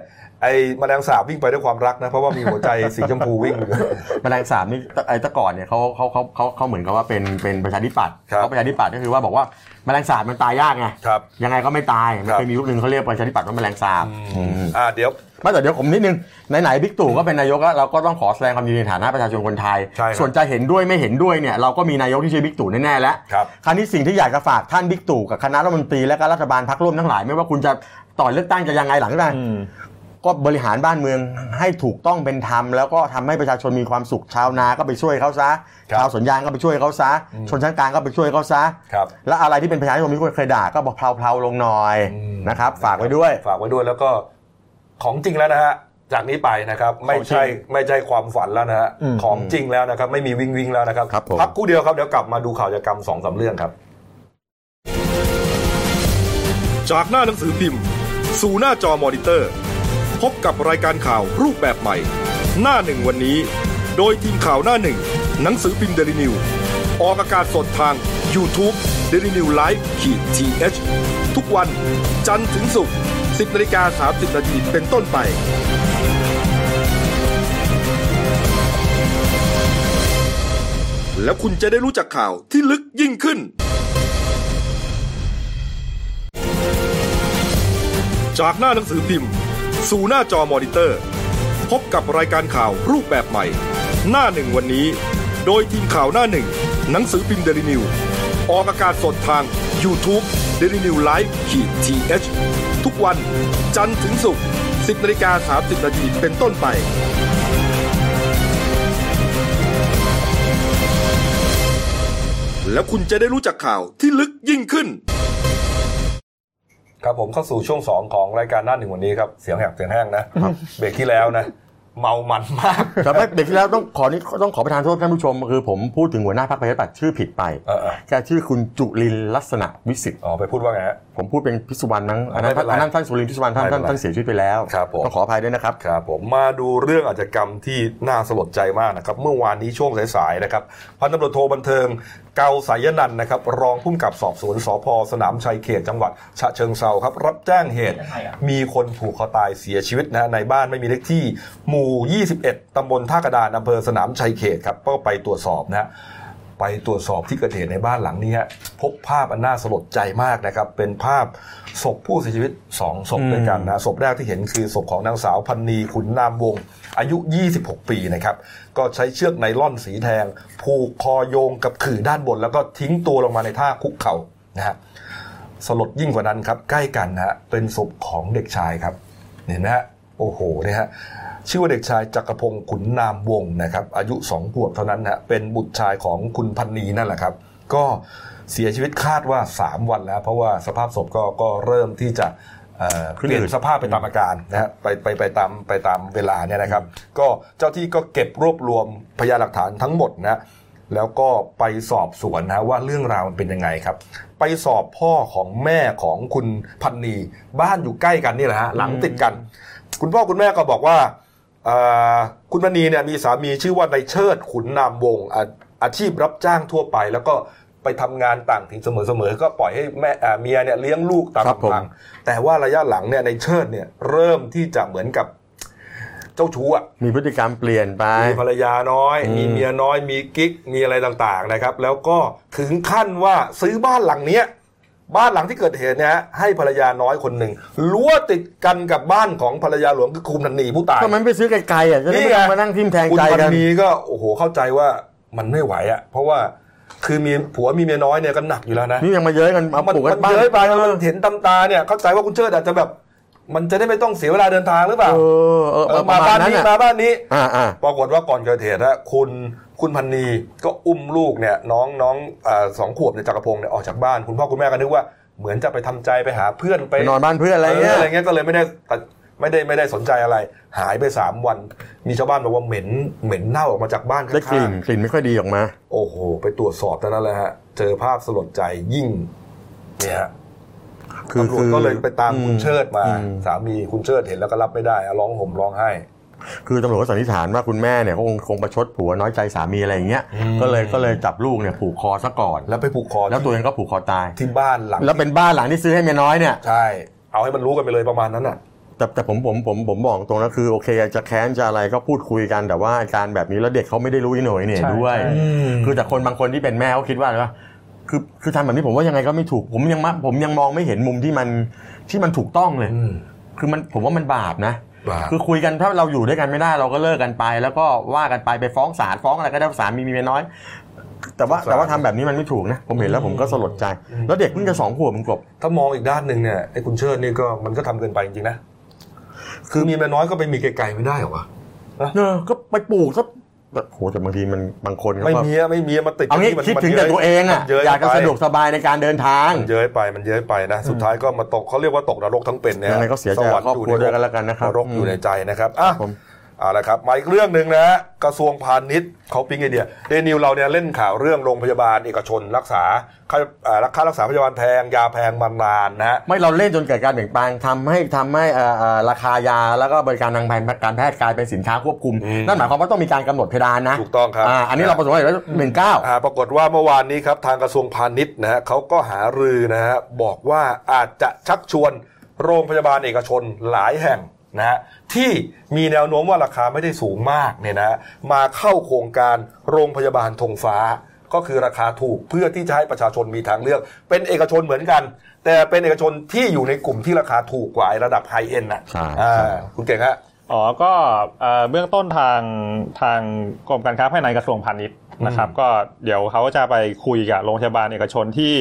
[SPEAKER 1] ไอ้แมลงสาบวิ่งไปด้วยความรักนะ เพราะว่ามีหัวใจ <laughs> สีชมพูวิ่งอยู่
[SPEAKER 2] แมลงสาบนี่ไอ้แตะก่อนเนี่ยเขาเขาเขาเขาเขาเหมือนกับว่าเป็นเป็นประชาธิปัตย์
[SPEAKER 1] ครับ
[SPEAKER 2] เขาประชาธิปัตย์ก็คือว่าบอกว่าแมลงสาบมันตายยากไง
[SPEAKER 1] ครับ
[SPEAKER 2] ยังไงก็ไม่ตายมัน
[SPEAKER 1] ครับ
[SPEAKER 2] เคยมีรูปหนึ่งเขาเรียกประชาธิปัตย์ว่าแมลงสาบอืม
[SPEAKER 1] อ่าเดี๋ยว
[SPEAKER 2] ไม่แต่เดี๋ยวผมนิดนึงไหนๆบิ๊กตู่ก็เป็นนายกแล้วเราก็ต้องขอแสดงความยินดีในฐานะประชาชนคนไทย
[SPEAKER 1] ใช่ครับ
[SPEAKER 2] ส่วนจะเห็นด้วยไม่เห็นด้วยเนี่ยเราก็มีนายกที่ชื่อบิ๊กตู่แน่ๆแล้ว
[SPEAKER 1] ครับ
[SPEAKER 2] คราวนี้สิ่งที่อยากจะฝากท่านบิ๊กตู่กับคณะรัฐมนตรีและก็รัฐบาลพักร่วมทั้งหลาย ไม่ว่าคุณจะต่อเลือกตั้งจะยังไงหลังได้
[SPEAKER 3] อืม
[SPEAKER 2] ก็บริหารบ้านเมืองให้ถูกต้องเป็นธรรมแล้วก็ทำให้ประชาชนมีความสุขชาวนาก็ไปช่วยเขาซะ
[SPEAKER 1] ครับ
[SPEAKER 2] ชาวสวนยางก็ไปช่วยเขาซะ
[SPEAKER 1] อืม
[SPEAKER 2] ชนชั้นกลางก็ไปช่วยเขาซะ
[SPEAKER 1] ครับ
[SPEAKER 2] และอะไรที่เป็นประชาชนที่เคยด่าก็บอกเพลาๆลงหน่อย
[SPEAKER 1] อืม
[SPEAKER 2] นะครับฝากไว้ด้วย
[SPEAKER 1] ฝากไว้ด้วยแล้วก็ของจริงแล้วนะฮะจากนี้ไปนะครับไม่ใช่ไม่ใช่ความฝันแล้วนะฮะ
[SPEAKER 3] อืม
[SPEAKER 1] ของจริงแล้วนะครับ ไม่มีวิงวิงแล้วนะครับ
[SPEAKER 2] ครับผม
[SPEAKER 1] พักครู่เดียวครับเดี๋ยวกลับมาดูข่าวยากรรมสองสามเรื่องครับ
[SPEAKER 4] จากหน้าหนังสือพิมพ์ สู่หน้าจอมอนิเตอร์ พบกับรายการข่าวรูปแบบใหม่ หน้าหนึ่งวันนี้ โดยทีมข่าวหน้าหนึ่ง หนังสือพิมพ์เดลิวิวออกอากาศสดทาง y o u t u เด d ิวิวไลฟ์ขีดทีเทุกวันจันทร์ถึงศุกร์10นาฬิกา30นาทีเป็นต้นไป แล้วคุณจะได้รู้จักข่าวที่ลึกยิ่งขึ้น จากหน้าหนังสือพิมพ์ สู่หน้าจอมอนิเตอร์ พบกับรายการข่าวรูปแบบใหม่ หน้าหนึ่งวันนี้ โดยทีมข่าวหน้าหนึ่ง หนังสือพิมพ์เดลิวิวออกอากาศสดทาง y o u t u เด d ิวิวไลฟ์ขีดทีเทุกวันจันทร์ถึงศุกร์10นาฬิกา30นาทีเป็นต้นไป แล้วคุณจะได้รู้จักข่าวที่ลึกยิ่งขึ้น
[SPEAKER 1] ครับผมเข้าสู่ช่วงสองของรายการหน้าหนึ่งวันนี้ครับเสียงแหบเสียงแห้งนะเบรกที่แล้วนะ เมามันมาก <laughs>
[SPEAKER 2] แต่ไม่เด็กที่แล้วต้องขอนี่ต้องขอประทานโทษท่านผู้ชม คือผมพูดถึงหัวหน้าพรรคประชาธิปัตย์ชื่อผิดไป
[SPEAKER 1] เออเออ
[SPEAKER 2] แกชื่อคุณจุลินทร์ลักษณะวิสิทธิ์
[SPEAKER 1] อ๋อไปพูดว่าไงฮะ
[SPEAKER 2] ผมพูดเป็นพิสุวรรณมั้งอันนั้น
[SPEAKER 1] ไม่เป็นไร
[SPEAKER 2] อันนั้นท่านสุรินทร์พิสุวรรณท่านท่าน
[SPEAKER 1] ไม่เป็นไร
[SPEAKER 2] ท่านเสียชีวิตไปแล้ว
[SPEAKER 1] ครับผม
[SPEAKER 2] ต้องขออภัยด้วยนะครับ
[SPEAKER 1] ครับผมมาดูเรื่องอาชญากรรมที่น่าสลดใจมากนะครับ เมื่อวานนี้ช่วงสายๆนะครับพันตำรวจโทบันเทิงเกาสายนันท์นะครับ รองผู้กำกับสอบสวนสพสนามชัยเขตจังหวัดฉะเชิงเซาครับ รับแจ้งเหตุ มีคนผูกคอตายเสียชีวิตนะฮะในบ้านไม่มีเลขที่ หมู่ 21 ตำบลท่ากระดานอำเภอสนามชัยเขตครับก็ไปตรวจสอบนะฮะ ไปตรวจสอบที่เกิดเหตุในบ้านหลังนี้ฮะพบภาพอันน่าสลดใจมากนะครับ เป็นภาพศพผู้เสียชีวิตสองศพด้วยกันนะศพแรกที่เห็นคือศพของนางสาวพันนีขุนนามวงศ์อายุ 26 ปีนะครับ ก็ใช้เชือกไนล่อนสีแดงผูกคอโยงกับขื่อด้านบน แล้วก็ทิ้งตัวลงมาในท่าคุกเข่านะฮะ สลดยิ่งกว่านั้นครับ ใกล้กันนะฮะเป็นศพของเด็กชายครับ เห็นไหมฮะโอ้โหเนี่ยฮะชื่อว่าเด็กชายจักรพงศ์ขุนนามวงศ์นะครับ อายุสองขวบเท่านั้นนะฮะเป็นบุตรชายของคุณพันนีนั่นแหละครับ ก็เสียชีวิตคาดว่า 3 วันแล้ว เพราะว่าสภาพศพก็ก็เริ่มที่จะ เอ่อ
[SPEAKER 2] ขึ้
[SPEAKER 1] เป
[SPEAKER 2] นอืด
[SPEAKER 1] ลี่ยนสภาพไปตามอาการนะฮะไปไปไปตามไปตามเวลาเนี่ยนะครับ ก็เจ้าที่ก็เก็บรวบรวมพยานหลักฐานทั้งหมดนะแล้วก็ไปสอบสวนนะว่าเรื่องราวมันเป็นยังไงครับ ไปสอบพ่อของแม่ของคุณพันนีบ้านอยู่ใกล้กันนี่แหละฮะหลังติดกัน คุณพ่อคุณแม่ก็บอกว่าเอ่อคุณพันนีเนี่ยมีสามีชื่อว่านายเชิดขุนนามวงศ์อาอาชีพรับจ้างทั่วไป แล้วก็ไปทำงานต่างถิ่นเสมอๆก็ปล่อยให้แม่เอ่อเมียเนี่ยเลี้ยงลูกตาม
[SPEAKER 2] ครับผม
[SPEAKER 1] ลำพัง แต่ว่าระยะหลังเนี่ยในเชิดเนี่ยเริ่มที่จะเหมือนกับเจ้าชู้อะ
[SPEAKER 2] มีพฤติกรรมเปลี่ยนไป
[SPEAKER 1] มีภรรยาน้อย
[SPEAKER 2] อืม
[SPEAKER 1] มีเมียน้อย มีกิ๊ก มีอะไรต่างๆนะครับ แล้วก็ถึงขั้นว่าซื้อบ้านหลังเนี้ยบ้านหลังที่เกิดเหตุเนี่ยฮะให้ภรรยาน้อยคนหนึ่งรั้วติดกันกับบ้านของภรรยาหลวงคือคุมนันนีผู้ตาย
[SPEAKER 2] ก็มันไปซื้อไกลๆอ่ะจะได้ไม่ต้องมานั่งทิมแทง
[SPEAKER 1] คุณ
[SPEAKER 2] ใจ
[SPEAKER 1] พัน
[SPEAKER 2] กัน
[SPEAKER 1] นีก็โอ้โหเข้าใจว่ามันไม่ไหวอะเพราะว่าคือมีผัวมีเมียน้อยเนี่ยก็หนักอยู่แล้วนะ
[SPEAKER 2] นี่ยังมาเย้ยกันมา
[SPEAKER 1] มัน
[SPEAKER 2] ปลูกกั
[SPEAKER 1] มัน
[SPEAKER 2] นบ้าน
[SPEAKER 1] เย้ยไปมันเห็นตำตาเนี่ยเข้าใจว่าคุณเชิดอาจจะแบบ มันจะได้ไม่ต้องเสียเวลาเดินทางหรือเปล่า
[SPEAKER 2] เออเออ
[SPEAKER 1] เออ
[SPEAKER 2] ป
[SPEAKER 1] มา
[SPEAKER 2] ระมา
[SPEAKER 1] บ้า
[SPEAKER 2] ณ
[SPEAKER 1] น
[SPEAKER 2] นั้น
[SPEAKER 1] นี้
[SPEAKER 2] อ่ะ
[SPEAKER 1] มาบ้านนี้
[SPEAKER 2] อ่าอ่า
[SPEAKER 1] ปรากฏว่าก่อนเกิดเหตุฮะคุณคุณพันนีก็อุ้มลูกเนี่ยน้องน้องอาสองขวบเนี่ยจักรพงศ์เนี่ยออกจากบ้านคุณพ่อคุณแม่ก็นึกว่าเหมือนจะไปทำใจไปหาเพื่อนไป
[SPEAKER 2] ไปนอนบ้านเพื่อนอะไรเงี้ย
[SPEAKER 1] อะไรเงี้ยก็เลยไม่ได้ตัดไม่ได้ไม่ได้สนใจอะไร หายไปสามวัน มีชาวบ้านบอกว่าเหม็นเหม็นเน่าออกมาจากบ้าน
[SPEAKER 2] ได้กลิ่
[SPEAKER 1] ข้าน ง
[SPEAKER 2] กลิ่นไม่ค่อยดีออกมา
[SPEAKER 1] ๆโอ้โห ไปตรวจสอบเท่านั้นแหละฮะเจอภาพสลดใจยิ่งเนี่ยฮะ
[SPEAKER 2] คือ
[SPEAKER 1] ตำรวจ
[SPEAKER 2] คือ
[SPEAKER 1] ก็เลยไปตามคุณ
[SPEAKER 2] อื
[SPEAKER 1] เชิดมา
[SPEAKER 2] อืม
[SPEAKER 1] สามีคุณเชิดเห็นแล้วก็รับไม่ได้อะร้องห่มร้องไห้
[SPEAKER 2] คือตำรวจก็สันนิษฐานว่าคุณแม่เนี่ยก็คงคงประชดผัวน้อยใจสามีอะไรอย่างเงี้ย
[SPEAKER 1] อืม
[SPEAKER 2] ก็เลยก็เลยจับลูกเนี่ยผูกคอซะก่อน
[SPEAKER 1] แล้วไปผูกคอ
[SPEAKER 2] แล้วตัวเองก็ผูกคอตาย
[SPEAKER 1] ที่บ้านหลัง
[SPEAKER 2] แล้วเป็นบ้านหลังที่ซื้อให้เมียน้อยเนี่ย
[SPEAKER 1] ใช่ เอาให้มันรู้กันไปเลยประมาณนั้นน่ะ
[SPEAKER 2] แต่แต่ผมผมผมผมบอกตรงนะคือโอเคจะแค้นจะอะไรก็พูดคุยกันแต่ว่าอาการแบบนี้แล้วเด็กเขาไม่ได้รู้อีโหน่อยเนี่ย
[SPEAKER 3] ใช่
[SPEAKER 2] ด้วย
[SPEAKER 3] ใช่
[SPEAKER 2] คือแต่คนบางคนที่เป็นแม่เขาคิดว่าอะไรวะคือคือทำแบบนี้ผมว่ายังไงก็ไม่ถูก ผมยังมะผมยังมองไม่เห็นมุมที่มันที่มันถูกต้องเลย คือมันผมว่ามันบาปนะ
[SPEAKER 1] บาป
[SPEAKER 2] คือคุยกันถ้าเราอยู่ด้วยกันไม่ได้เราก็เลิกกันไป แล้วก็ว่ากันไปไปฟ้องศาลฟ้องอะไรก็ได้ศาลมีมีเมียน้อย แต่ว่าแต่ว่าทำแบบนี้มันไม่ถูกนะผมเห็นแล้วผมก็สลดใจ แล้วเด็กเพิ่งจะสองขวบมึงกบ
[SPEAKER 1] ถ้ามองอีกด้านหนึ่งเนี่ยไอ้คุณเชิดนี่ก็มันก็ทำเกินไปจริงๆนะคือมีแม่น้อยก็ไปมีไกลๆไม่ได้หรอวะ
[SPEAKER 2] เออก็ไปปลูกซะแบบโหแต่บางทีมันบางคนเขา
[SPEAKER 1] ไม่
[SPEAKER 2] ก็
[SPEAKER 1] มีอะไม่มีอะมาติด
[SPEAKER 2] เอางี้
[SPEAKER 1] ที่มัน
[SPEAKER 2] คิด
[SPEAKER 1] มัน
[SPEAKER 2] ถึงแต่ตัวเองอ่ะ
[SPEAKER 1] มันเย
[SPEAKER 2] อยากจะสะดวกสบายในการเดินทาง
[SPEAKER 1] มันเย้ยไปมันเย้ยไปนะสุดท้ายก็มาตกเขาเรียกว่าตกนรกทั้งเป็นเนี่ย
[SPEAKER 2] ยังไงก็เสียใจกับครอบครัวด้วยกันแล้วกันนะครับ
[SPEAKER 1] นรกอยู่ในใจนะครับอ่ะ
[SPEAKER 2] ผม
[SPEAKER 1] เอาละครับมาอีกเรื่องหนึ่งนะกระทรวงพาณิชย์เขาปิ๊งไอเดียเดนิวเราเนี่ยเล่นข่าวเรื่องโรงพยาบาลเอกชน รักษาค่าเอ่อค่ารักษาพยาบาลแพง ยาแพงมานานนะฮะ
[SPEAKER 2] ไม่เราเล่นจนเกิดการเปลี่ยนแปลงทำให้ทำให้เอ่อเอ่อราคายาแล้วก็บริการทางการแพทย์กลายเป็นสินค้าควบคุม
[SPEAKER 1] อืม
[SPEAKER 2] นั่นหมายความว่าต้องมีการกำหนดเพดานนะ
[SPEAKER 1] ถูกต้องครับ
[SPEAKER 2] าอันนี้เราประสบความสำเร็จแล้วหนึ่งเก้า
[SPEAKER 1] อ่าปรากฏว่าเมื่อวานนี้ครับทางกระทรวงพาณิชย์นะฮะเขาก็หารือนะฮะบอกว่าอาจจะชักชวนโรงพยาบาลเอกชนหลายแห่งนะฮะที่มีแนวโน้มว่าราคาไม่ได้สูงมากเนี่ยนะฮะมาเข้าโครงการโรงพยาบาลธงฟ้า ก็คือราคาถูกเพื่อที่จะให้ประชาชนมีทางเลือก เป็นเอกชนเหมือนกัน แต่เป็นเอกชนที่อยู่ในกลุ่มที่ราคาถูกกว่าไอ้ระดับไฮเอ็นนะ
[SPEAKER 2] ใช่
[SPEAKER 1] อ่าคุณเก่งฮะ
[SPEAKER 3] อ๋อก็เอ่อเบื้องต้นทางทางกรมการค้าภายในกระทรวงพาณิชย์นะครับ ก็เดี๋ยวเขาจะไปคุยกับโรงพยาบาลเอกชนที่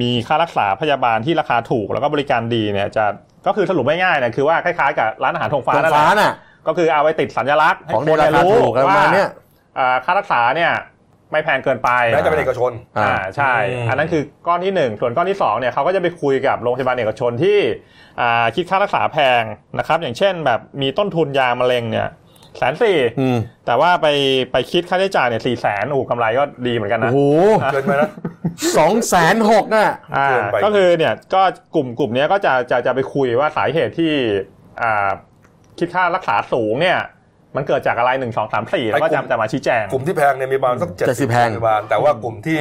[SPEAKER 3] มีค่ารักษาพยาบาลที่ราคาถูก แล้วก็บริการดีเนี่ยจะก็คือสรุปง่ายๆเนี่ยคือว่าคล้ายๆกับร้านอาหารธงฟ้า
[SPEAKER 2] ตรง
[SPEAKER 3] นั่นแห
[SPEAKER 2] ฟ้า
[SPEAKER 3] ละ
[SPEAKER 2] น่ะ
[SPEAKER 3] ก็คือเอาไว้ติดสัญลักษณ์ให้
[SPEAKER 2] ของใน
[SPEAKER 3] น
[SPEAKER 2] รา
[SPEAKER 3] ได้
[SPEAKER 2] คาถูกอะไรประมาณเนี้ย
[SPEAKER 3] เอ่อค่ารักษาเนี่ยไม่แพงเกินไป
[SPEAKER 1] แม้จะเป็นเอกชน
[SPEAKER 2] อ่า
[SPEAKER 3] อ่าใช่
[SPEAKER 1] อืม
[SPEAKER 3] อันนั้นคือก้อนที่หนึ่งส่วนก้อนที่สองเนี่ยเขาก็จะไปคุยกับโรงพยาบาลเอกชนที่อ่าคิดค่ารักษาแพงนะครับอย่างเช่นแบบมีต้นทุนยามะเร็งเนี่ยแสนสี่
[SPEAKER 2] อืม
[SPEAKER 3] แต่ว่าไปไปคิดค่าใช้จ่ายเนี่ยสี่แสนโอ้โหกำไรก็ดีเหมือนกัน
[SPEAKER 2] โอ้
[SPEAKER 3] นะ
[SPEAKER 2] โห
[SPEAKER 1] เกินไปนะ
[SPEAKER 2] สองแสนหกน่ะ
[SPEAKER 3] อ่า
[SPEAKER 1] เกินไป
[SPEAKER 3] ก็คือเนี่ยก็กลุ่มกลุ่มเนี้ยก็จะจะจะไปคุยว่าสาเหตุที่อ่าคิดค่ารักษาสูงเนี่ยมันเกิดจากอะไรหนึ่งสองสามสี่แล้วก็จะจะมาชี้แจง
[SPEAKER 1] กลุ่มที่แพงเนี่ยมีประมาณสักเจ็ดสิบ
[SPEAKER 2] 70แห่ง
[SPEAKER 1] โรงพยาบาลแต่ว่ากลุ่มที่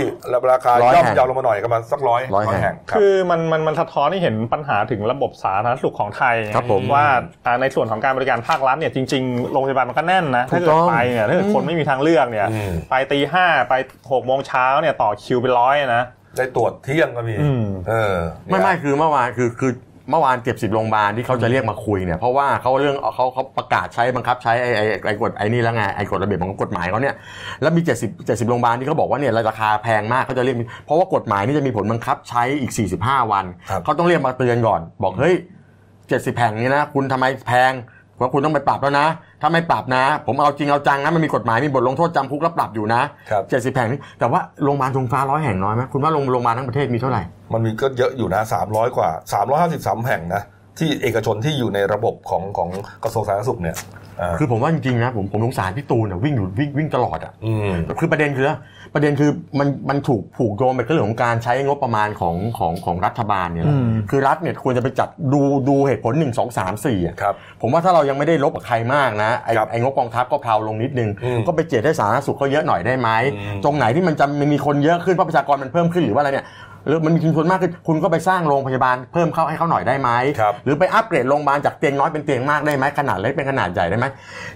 [SPEAKER 1] ราคา
[SPEAKER 2] ร้อย
[SPEAKER 1] ย่อม
[SPEAKER 2] แห่ง
[SPEAKER 1] เยาวลงมาหน่อยก็ประมาณสักร้อย
[SPEAKER 2] ร้อยแห่ง
[SPEAKER 1] ครับ
[SPEAKER 3] คือมันมันมันสะท้อนให้เห็นปัญหาถึงระบบสาธารณสุขของไทยไง
[SPEAKER 2] ครับผม
[SPEAKER 3] ว่าอ่าในส่วนของการบริการภาครัฐเนี่ยจริงๆโรงพยาบาลมันก็แน่นนะ
[SPEAKER 2] ถู
[SPEAKER 3] ถ้าก เกิ
[SPEAKER 2] ต้
[SPEAKER 3] ด
[SPEAKER 2] อง
[SPEAKER 3] ไปเนี่ยถ้าเกิดคนไม่มีทางเลือกเนี่ย
[SPEAKER 1] อืม
[SPEAKER 3] ไปตีห้าไปหกโมงเช้าเนี่ยต่อคิวเป็นร้อยนะ
[SPEAKER 1] ได้ตรวจเที่ยงก็มี
[SPEAKER 3] อืม
[SPEAKER 1] เออ
[SPEAKER 2] ไม่ไม่
[SPEAKER 1] เนี่ย
[SPEAKER 2] คือเมื่อวานคือคือเมื่อวานเจ็บสิบโรงพยาบาลที่เขาจะเรียกมาคุยเนี่ยเพราะว่าเขาเรื่องเขาเขาประกาศใช้บังคับใช้ไอ้ไอ้ไอ้กฎไอ้นี่แล้วไงไอ้กฎระเบียบของกฎหมายเขาเนี่ยแล้วมี 70 70โรงพยาบาลที่เขาบอกว่าเนี่ยราคาแพงมากเขาจะเรียกเพราะว่ากฎหมายนี่จะมีผลบังคับใช้อีก 45 วัน
[SPEAKER 1] ครับ
[SPEAKER 2] เขาต้องเรียกมาเตือนก่อน บอกเฮ้ย 70แผงนี้นะ คุณทำไมแพงเพราะคุณต้องไปปรับแล้วนะ ถ้าไม่ปรับนะ ผมเอาจริงเอาจังนะมันมีกฎหมายมีบทลงโทษจำคุกแล้วปรับอยู่นะครับ เจ็ดสิบแผงนี้แต่ว่าโรงพยาบาลธงฟ้าร้อยแห่งน้อยไหมคุณว่าโรงพยาบาลทั้งประเทศมีเท่าไหร่
[SPEAKER 1] มันมีก็เยอะอยู่นะสามร้อยกว่าสามร้อยห้าสิบสามแห่งนะ ที่เอกชนที่อยู่ในระบบของของกระทรวงสาธารณสุขเนี่ยอ่า
[SPEAKER 2] คือผมว่าจริงๆนะผมผมสงสารพี่ตูนอะวิ่งอยู่วิ่งวิ่งตลอดอะ
[SPEAKER 1] อืม
[SPEAKER 2] คือประเด็นคือประเด็นคือมันมันถูกผูกโยงไปกับเรื่องของการใช้งบประมาณของของของรัฐบาลเนี่ยแหละ
[SPEAKER 3] อืม
[SPEAKER 2] คือรัฐเนี่ยควรจะไปจัดดูดูเหตุผลหนึ่งสองสามสี่อะ
[SPEAKER 1] ครับ
[SPEAKER 2] ผมว่าถ้าเรายังไม่ได้ลบกับใครมากนะไอ
[SPEAKER 1] ครับ
[SPEAKER 2] ไองบกองทัพก็เพลาลงนิดนึง
[SPEAKER 1] อืม
[SPEAKER 2] ก็ไปเจียดให้สาธารณสุขเขาเยอะหน่อยได้ไหม
[SPEAKER 1] อืม
[SPEAKER 2] ตรงไหนที่มันจะมีคนเยอะขึ้นเพราะประชากรมันเพิ่มขึ้นหรือว่าอะไรเนี่ยหรือมันมีจำนวนมากขึ้นคุณก็ไปสร้างโรงพยาบาลเพิ่มเข้าให้เขาหน่อยได้ไหม
[SPEAKER 1] ครับ
[SPEAKER 2] หรือไปอัปเกรดโรงพยาบาลจากเตียงน้อยเป็นเตียงมากได้ไหมขนาดเล็กเป็นขนาดใหญ่ได้ไหม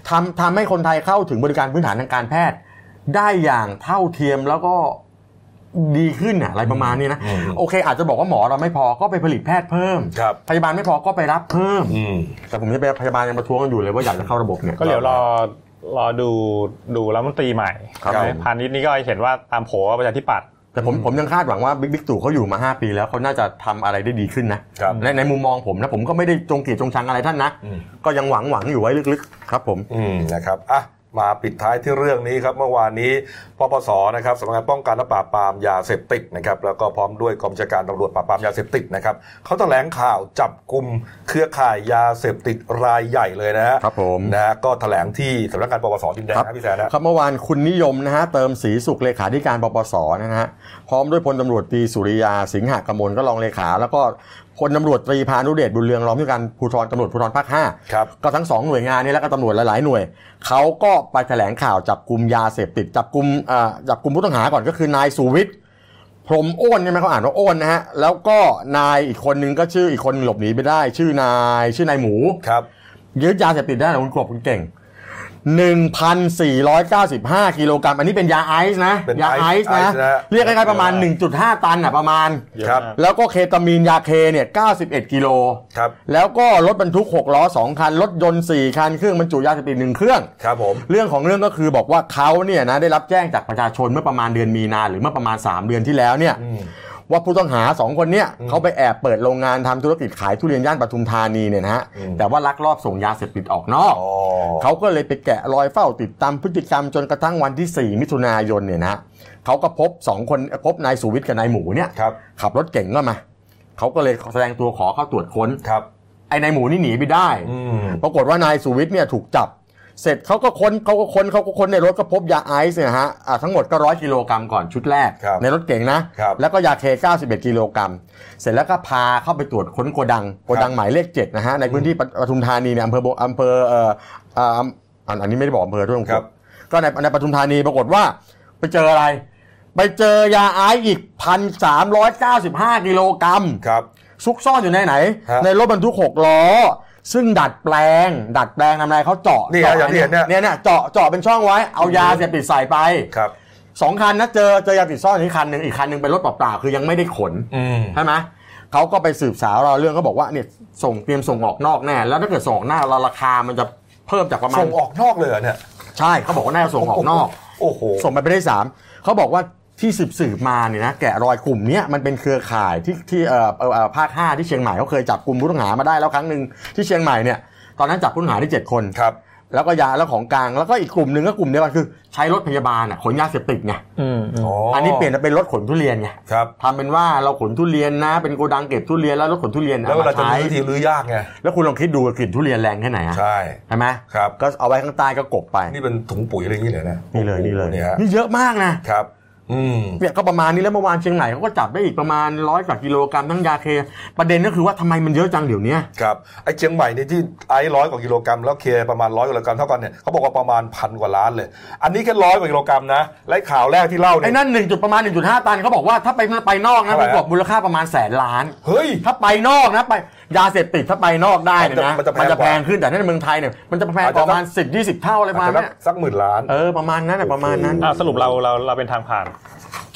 [SPEAKER 2] ทำทำให้คนไทยเข้าถึงบริการพื้นฐานทางการแพทย์ ได้อย่างเท่าเทียมแล้วก็ดีขึ้นอะอะไรประมาณนี้นะ
[SPEAKER 1] อืม
[SPEAKER 2] โอเค อาจจะบอกว่าหมอเราไม่พอก็ไปผลิตแพทย์เพิ่ม
[SPEAKER 1] ครับ
[SPEAKER 2] พยาบาลไม่พอก็ไปรับเพิ่ม
[SPEAKER 1] อืม
[SPEAKER 2] แต่ผมจะไปพยาบาลยังประท้วงกันอยู่เลยว่าอยากจะเข้าระบบเนี่ย
[SPEAKER 3] ก็เดี๋ยวรอรอดูดูรัฐมนตรีใหม่
[SPEAKER 2] ครับผม
[SPEAKER 3] พาณิชย์นี่ก็เห็นว่าตามโผว่าประชาธิปัตย์
[SPEAKER 2] แต่ผมผมยังคาดหวังว่าบิ๊กบิ๊กตู่เขาอยู่มา 5 ปีแล้วเขาน่าจะทำอะไรได้ดีขึ้นนะครับ ในในมุมมองผมนะผมก็ไม่ได้จงเกลียดจงชังอะไรท่านนะ
[SPEAKER 1] อืม
[SPEAKER 2] ก็ยังหวังหวังอยู่ไว้ลึกๆ ครับผม
[SPEAKER 1] อืมนะครับอ่ะมาปิดท้ายที่เรื่องนี้ครับเมื่อวานนี้ปปสนะครับสำนักงานป้องกันและปราบปรามยาเสพติดนะครับแล้วก็พร้อมด้วยกองบัญชาการตำรวจปราบปรามยาเสพติดนะครับเขาแถลงข่าวจับกลุ่มเครือข่ายยาเสพติดรายใหญ่เลยนะฮะ
[SPEAKER 2] ครับผม
[SPEAKER 1] นะฮะก็แถลงที่สำนักงานปปสดินแดง
[SPEAKER 2] ครับ
[SPEAKER 1] นะพี่แซนนะครับ
[SPEAKER 2] เมื่อวานคุณนิยมนะฮะเติมสีสุขเลขาธิการปปสนะฮะพร้อมด้วยพลตำรวจตรีสุริยาสิงหกมลก็รองเลขา แล้วก็พลตำรวจตรีพานุเดชบุญเรืองรองผู้การภูธรตำรวจภูธรภาคห้า
[SPEAKER 1] ครับ
[SPEAKER 2] ก็ทั้งสองหน่วยงานนี้แล้วก็ตำรวจหลายๆหน่วยเขาก็ไปแถลงข่าวจับกลุ่มยาเสพติดจับกลุ่มเอ่อจับกลุ่มผู้ต้องหาก่อนก็คือนายสุวิทย์พรหมอ้นใช่ไหมเขาอ่านว่าอ้นนะฮะแล้วก็นายอีกคนนึงก็ชื่ออีกคนหลบหนีไปได้ ชื่อนายชื่อนายหมู
[SPEAKER 1] ครับ
[SPEAKER 2] ยึดยาเสพติดได้เหรอคุณกบคุณเก่ง 1,495 กิโลกรัม อันนี้เป็นยาไอซ์นะ
[SPEAKER 1] เป็น
[SPEAKER 2] ยา
[SPEAKER 1] ไอ
[SPEAKER 2] ไอ
[SPEAKER 1] ซ์
[SPEAKER 2] ซ์นะ
[SPEAKER 1] ไอซ์นะ
[SPEAKER 2] เรียกคล้ายๆประมาณ
[SPEAKER 3] เยอะ
[SPEAKER 2] 1.5 ตันอ่ะประมาณ
[SPEAKER 3] เยอะ
[SPEAKER 1] ครับ
[SPEAKER 3] มาก
[SPEAKER 2] แล้วก็เคตามีนยาเคเนี่ย 91 กิโล
[SPEAKER 1] ครับ
[SPEAKER 2] แล้วก็รถบรรทุก 6 ล้อ 2 คัน รถยนต์ 4 คัน เครื่องบรรจุยาเสพติด 1 เครื่อง
[SPEAKER 1] ครับผม
[SPEAKER 2] เรื่องของเรื่องก็คือบอกว่าเขาเนี่ยนะได้รับแจ้งจากประชาชนเมื่อประมาณเดือนมีนาหรือเมื่อประมาณ 3 เดือนที่แล้วเนี่ย
[SPEAKER 1] อืม
[SPEAKER 2] ว่าผู้ต้องหา 2 คนเนี่ยเขาไปแอบเปิดโรงงานทำธุรกิจขายทุเรียนย่านปทุมธานีเนี่ยนะฮะ
[SPEAKER 1] อืม
[SPEAKER 2] แต่ว่าลักลอบส่งยาเสพติดออกนอก
[SPEAKER 1] อ๋อ
[SPEAKER 2] เขาก็เลยไปแกะรอยเฝ้าติดตามพฤติกรรมจนกระทั่งวันที่ 4 มิถุนายนเนี่ยนะเขาก็พบสองคนพบนายสุวิทย์กับนายหมูเนี่ย
[SPEAKER 1] ครับ
[SPEAKER 2] ขับรถเก่งก็มาเขาก็เลยแสดงตัวขอเข้าตรวจค้น
[SPEAKER 1] ครับ
[SPEAKER 2] ไอ้นายหมูนี่หนีไปได้
[SPEAKER 1] อืม
[SPEAKER 2] ปรากฏว่านายสุวิทย์เนี่ยถูกจับ เสร็จเขาก็ค้นเขาก็ค้นเขาก็ค้นในรถก็พบยาไอซ์เนี่ยฮะอ่าทั้งหมดก็ร้อยกิโลกรัมก่อนชุดแรก
[SPEAKER 1] ครับ
[SPEAKER 2] ในรถเก๋งนะ
[SPEAKER 1] ครับ
[SPEAKER 2] แล้วก็ยาเค 91 กิโลกรัม เสร็จแล้วก็พาเข้าไปตรวจค้นโกดังโกดังหมายเลขเจ็ดนะฮะในพื้นที่ปปทุมธานีเนี่ยอำเภอโบอำเภอเอ่อเอ่ออำอันอันนี้ไม่ได้บอกอำเภอด้วย
[SPEAKER 1] ครับ
[SPEAKER 2] ก็ในในปทุมธานีปรากฏว่าไปเจออะไร ไปเจอยาไอซ์อีกพันสามร้อยเก้าสิบห้ากิโลกรัม
[SPEAKER 1] ครับ
[SPEAKER 2] ซุกซ่อนอยู่ในไหน
[SPEAKER 1] ฮะ
[SPEAKER 2] ในรถบรรทุกหกล้อ ซึ่งดัดแปลง ดัดแปลงทำไรเขาเจาะ
[SPEAKER 1] นี่ฮะ
[SPEAKER 2] จ
[SPEAKER 1] อย่างที่เห็นเนี่ย
[SPEAKER 2] เนี่ยเนี่ยเจาะเจาะเป็นช่องไว้เอายาเสพติดใส่ไป
[SPEAKER 1] ครับ
[SPEAKER 2] สองคันนะเจอเจอยาติดซ่อนอยู่ที่คันหนึ่งอีกคันหนึ่งเป็นรถเปล่าๆคือยังไม่ได้ขน
[SPEAKER 1] อืม
[SPEAKER 2] ใช่ไหมเขาก็ไปสืบสาวเราเรื่องเขาบอกว่าเนี่ยส่งเตรียมส่งออกนอกแน่แล้วถ้าเกิดส่งออกหน้าเราราคามันจะเพิ่มจากประมาณ
[SPEAKER 1] ส่งออกนอกเลยเหรอเนี่ย
[SPEAKER 2] ใช่เขาบอกว่าน่าจะส่งออกนอก
[SPEAKER 1] โอ้โห
[SPEAKER 2] ส่งไปประเทศสามเขาบอกว่าที่สืบสืบมาเนี่ยนะแกะรอยกลุ่มเนี้ยมันเป็นเครือข่ายที่ที่เอ่อเอ่อเอ่อภาคห้าที่เชียงใหม่เขาเคยจับกลุ่มผู้ต้องหามาได้แล้วครั้งหนึ่งที่เชียงใหม่เนี่ยตอนนั้นจับผู้ต้องหาได้เจ็ดคน
[SPEAKER 1] ครับ
[SPEAKER 2] แล้วก็ยาแล้วของกลางแล้วก็อีกกลุ่มหนึ่งก็กลุ่มเดียวกันคือ ใช้รถพยาบาลอ่ะขนยาเสพติดไง
[SPEAKER 3] อืมอืม
[SPEAKER 2] อันนี้เปลี่ยนมาเป็นรถขนทุเรียนไง
[SPEAKER 1] ครับ
[SPEAKER 2] ทำเป็นว่าเราขนทุเรียนนะ เป็นโกดังเก็บทุเรียนแล้วรถขนทุเรียน
[SPEAKER 1] แล้วเวลาจะ
[SPEAKER 2] อม
[SPEAKER 1] รื้อ
[SPEAKER 2] ใช้
[SPEAKER 1] ทีรื้อยากไง
[SPEAKER 2] แล้วคุณลองคิดดูกลิ่นทุเรียนแรงแค่ไหนอะ
[SPEAKER 1] ใช่
[SPEAKER 2] ใช่ไหม
[SPEAKER 1] ครับ
[SPEAKER 2] ก็เอาไว้ข้างใต้ก็กบไป
[SPEAKER 1] นี่เป็นถุงปุ๋ยอะไรอย่างนี้เลยนะ
[SPEAKER 2] นี่เลยนี่เลย
[SPEAKER 1] นี่ฮะ
[SPEAKER 2] นี่เยอะมากนะ
[SPEAKER 1] ครับ อืม
[SPEAKER 2] เนี่ยก็ประมาณนี้แล้วเมื่อวานเชียงใหม่เขาก็จับได้อีกประมาณร้อยกว่ากิโลกรัมทั้งยาเค ประเด็นก็คือว่าทำไมมันเยอะจังเดี๋ยวเนี้ย
[SPEAKER 1] ครับไอ้เชียงใหม่เนี่ยที่ไอร้อยกว่ากิโลกรัมแล้วเคประมาณร้อยกว่ากิโลกรัมเท่ากันเนี่ยเขาบอกว่าประมาณพันกว่าล้านเลย อันนี้แค่ร้อยกว่ากิโลกรัมนะและข่าวแรกที่เล่า
[SPEAKER 2] ไอ้
[SPEAKER 1] เนี่ย
[SPEAKER 2] นั่นหนึ่งจุดประมาณ 1.5 ตันเขาบอกว่าถ้าไปไปนอกนะ
[SPEAKER 1] เท่าไหร่
[SPEAKER 2] มัน
[SPEAKER 1] ฮะ
[SPEAKER 2] กว่ามูลค่าประมาณแสนล้าน
[SPEAKER 1] เฮ้ย
[SPEAKER 2] ถ้าไปนอกนะไปยาเสพติดถ้าไปนอกได้เนยนะ
[SPEAKER 1] มันจะ
[SPEAKER 2] มันจะ
[SPEAKER 1] แพ
[SPEAKER 2] แพ
[SPEAKER 1] งก
[SPEAKER 2] ง
[SPEAKER 1] ว่า
[SPEAKER 2] ขึ้นแต่ถ้าในเมืองไทยเนี่ยมันจะแพง
[SPEAKER 1] อาจจะ
[SPEAKER 2] ประมาณ 10 20 เท่าอะไรประมาณ
[SPEAKER 1] อาจจะ
[SPEAKER 2] เนี้ย
[SPEAKER 1] สักสักหมื่นล้าน
[SPEAKER 2] เออประมาณนั้นนะประมาณนั้น
[SPEAKER 3] อ่าสรุปเราเราเราเป็นทางผ่าน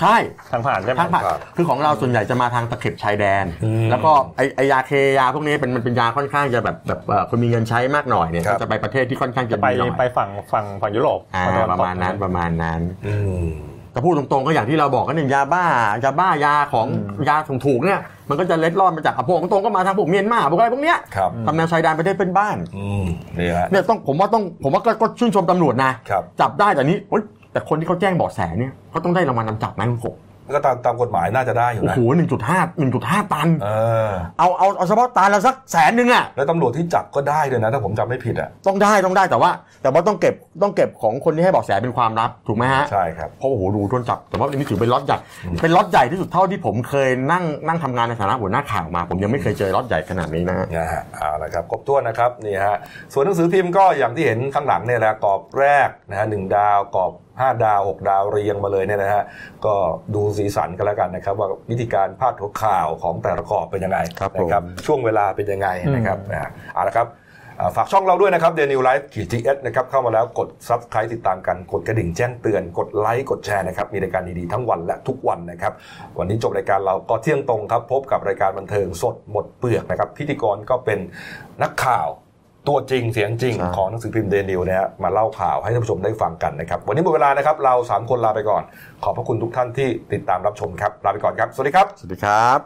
[SPEAKER 2] ใช่
[SPEAKER 3] ทางผ่านใช่ไหม
[SPEAKER 2] ทางผ่าน
[SPEAKER 1] ครับ
[SPEAKER 2] คือของเราส่วนใหญ่จะมาทางตะเข็บชายแดน แล้วก็ไอไอยาเคยาพวกนี้เป็นมันเป็นยาค่อนข้างจะแบบแบบเอ่อคนมีเงินใช้มากหน่อยเนี่ย
[SPEAKER 1] ครับ
[SPEAKER 2] ก็จะไปประเทศที่ค่อนข้างจะ
[SPEAKER 3] ไป
[SPEAKER 2] ดีหน่อย
[SPEAKER 3] ไปฝั่งฝั่งฝั่งยุโรป
[SPEAKER 2] อ่า
[SPEAKER 3] ฝั่ง
[SPEAKER 2] ป
[SPEAKER 3] ตวัต
[SPEAKER 2] ระ
[SPEAKER 3] ก
[SPEAKER 2] มาณนั้นประมาณนั้น
[SPEAKER 1] อืม
[SPEAKER 2] แต่พูดตรงๆก็อย่างที่เราบอกกันเนี่ยยาบ้ายาบ้ายาของยาถูกๆเนี่ยมันก็จะเล็ดลอดมาจากอ่ะพวกตรงๆก็มาทางพวกเมียนมาพวกอะไรพวกเนี้ย
[SPEAKER 1] ครับ
[SPEAKER 2] ทำแนวชายแดนประเทศเพื่อนบ้าน
[SPEAKER 1] อืมนี่ฮะ
[SPEAKER 2] เนี่ยต้องผมว่าต้องผมว่าก็ก็ชื่นชมตำรวจนะครับ จับได้แต่นี้โอ๊ยแต่คนที่เขาแจ้งเบาะแสเนี่ยเขาต้องได้รางวัลนำจับไหมคุณกบ
[SPEAKER 1] ก็ตามตามกฎหมายน่าจะได้อยู่
[SPEAKER 2] โอ้
[SPEAKER 1] นะ
[SPEAKER 2] โหหนึ่งจุดห้าหนึ่งจุดห้าตัน
[SPEAKER 1] เออ
[SPEAKER 2] เอาเอาเอาเฉพาะตันละสักแสนหนึ่งอ่ะ
[SPEAKER 1] แล้วตำรวจที่จับก็ได้เลยนะ ถ้าผมจำไม่ผิดอ่ะ
[SPEAKER 2] ต้องได้ต้องได้แต่ว่า แต่ว่าต้องเก็บต้องเก็บของคนที่ให้เบอกแสเป็นความลับถูกไหมฮะ
[SPEAKER 1] ใช่ครับ
[SPEAKER 2] เพราะโอ้โหดูต้นจับ แต่ว่าอันนี้ถือเป็นล็อตใหญ่เป็นล็อตใหญ่ที่สุดเท่าที่ผมเคยนั่งนั่งทำงานในฐานะหัวหน้าข่าวมา ผมยังไม่เคยเจอล็อตใหญ่ขนาดนี้นะฮะ
[SPEAKER 1] นะฮะเอาละครับครบถ้วนนะครับนี่ฮะส่วนหนังสือพิมพ์ก็อย่างที่เห็นข้างหลังเนี่ยนะกรอบแรกนะฮะหนึ่งดาวกรอบ 5 ดาว 6 ดาวเรียงมาเลยเนี่ยนะฮะก็ดูสีสันกันแล้วกันนะครับ ว่าวิธีการพาดหัวข่าวของแต่ละกรอบเป็นยังไง
[SPEAKER 2] ครับผม
[SPEAKER 1] นะช่วงเวลาเป็นยังไงนะครับนะฮะเอาละครับอ่าฝากช่องเราด้วยนะครับเดนิวไลฟ์ขีดทีเอสนะครับเข้ามาแล้วกดซับสไครต์ติดตามกันกดกระดิ่งแจ้งเตือนกดไลค์กดแชร์นะครับมีรายการดีๆทั้งวันและทุกวันนะครับ วันนี้จบรายการเราก็เที่ยงตรงครับ พบกับรายการบันเทิงสดหมดเปลือกนะครับ พิธีกรก็เป็นนักข่าวตัวจริงเสียงจริง
[SPEAKER 2] ใช่
[SPEAKER 1] ของหนังสือพิมพ์เดนิวนะฮะมาเล่าข่าวให้ท่านผู้ชมได้ฟังกันนะครับ วันนี้หมดเวลานะครับเราสามคนลาไปก่อน ขอบพระคุณทุกท่านที่ติดตามรับชมครับลาไปก่อนครับสวัสดีครับ
[SPEAKER 2] สวัสดีครับ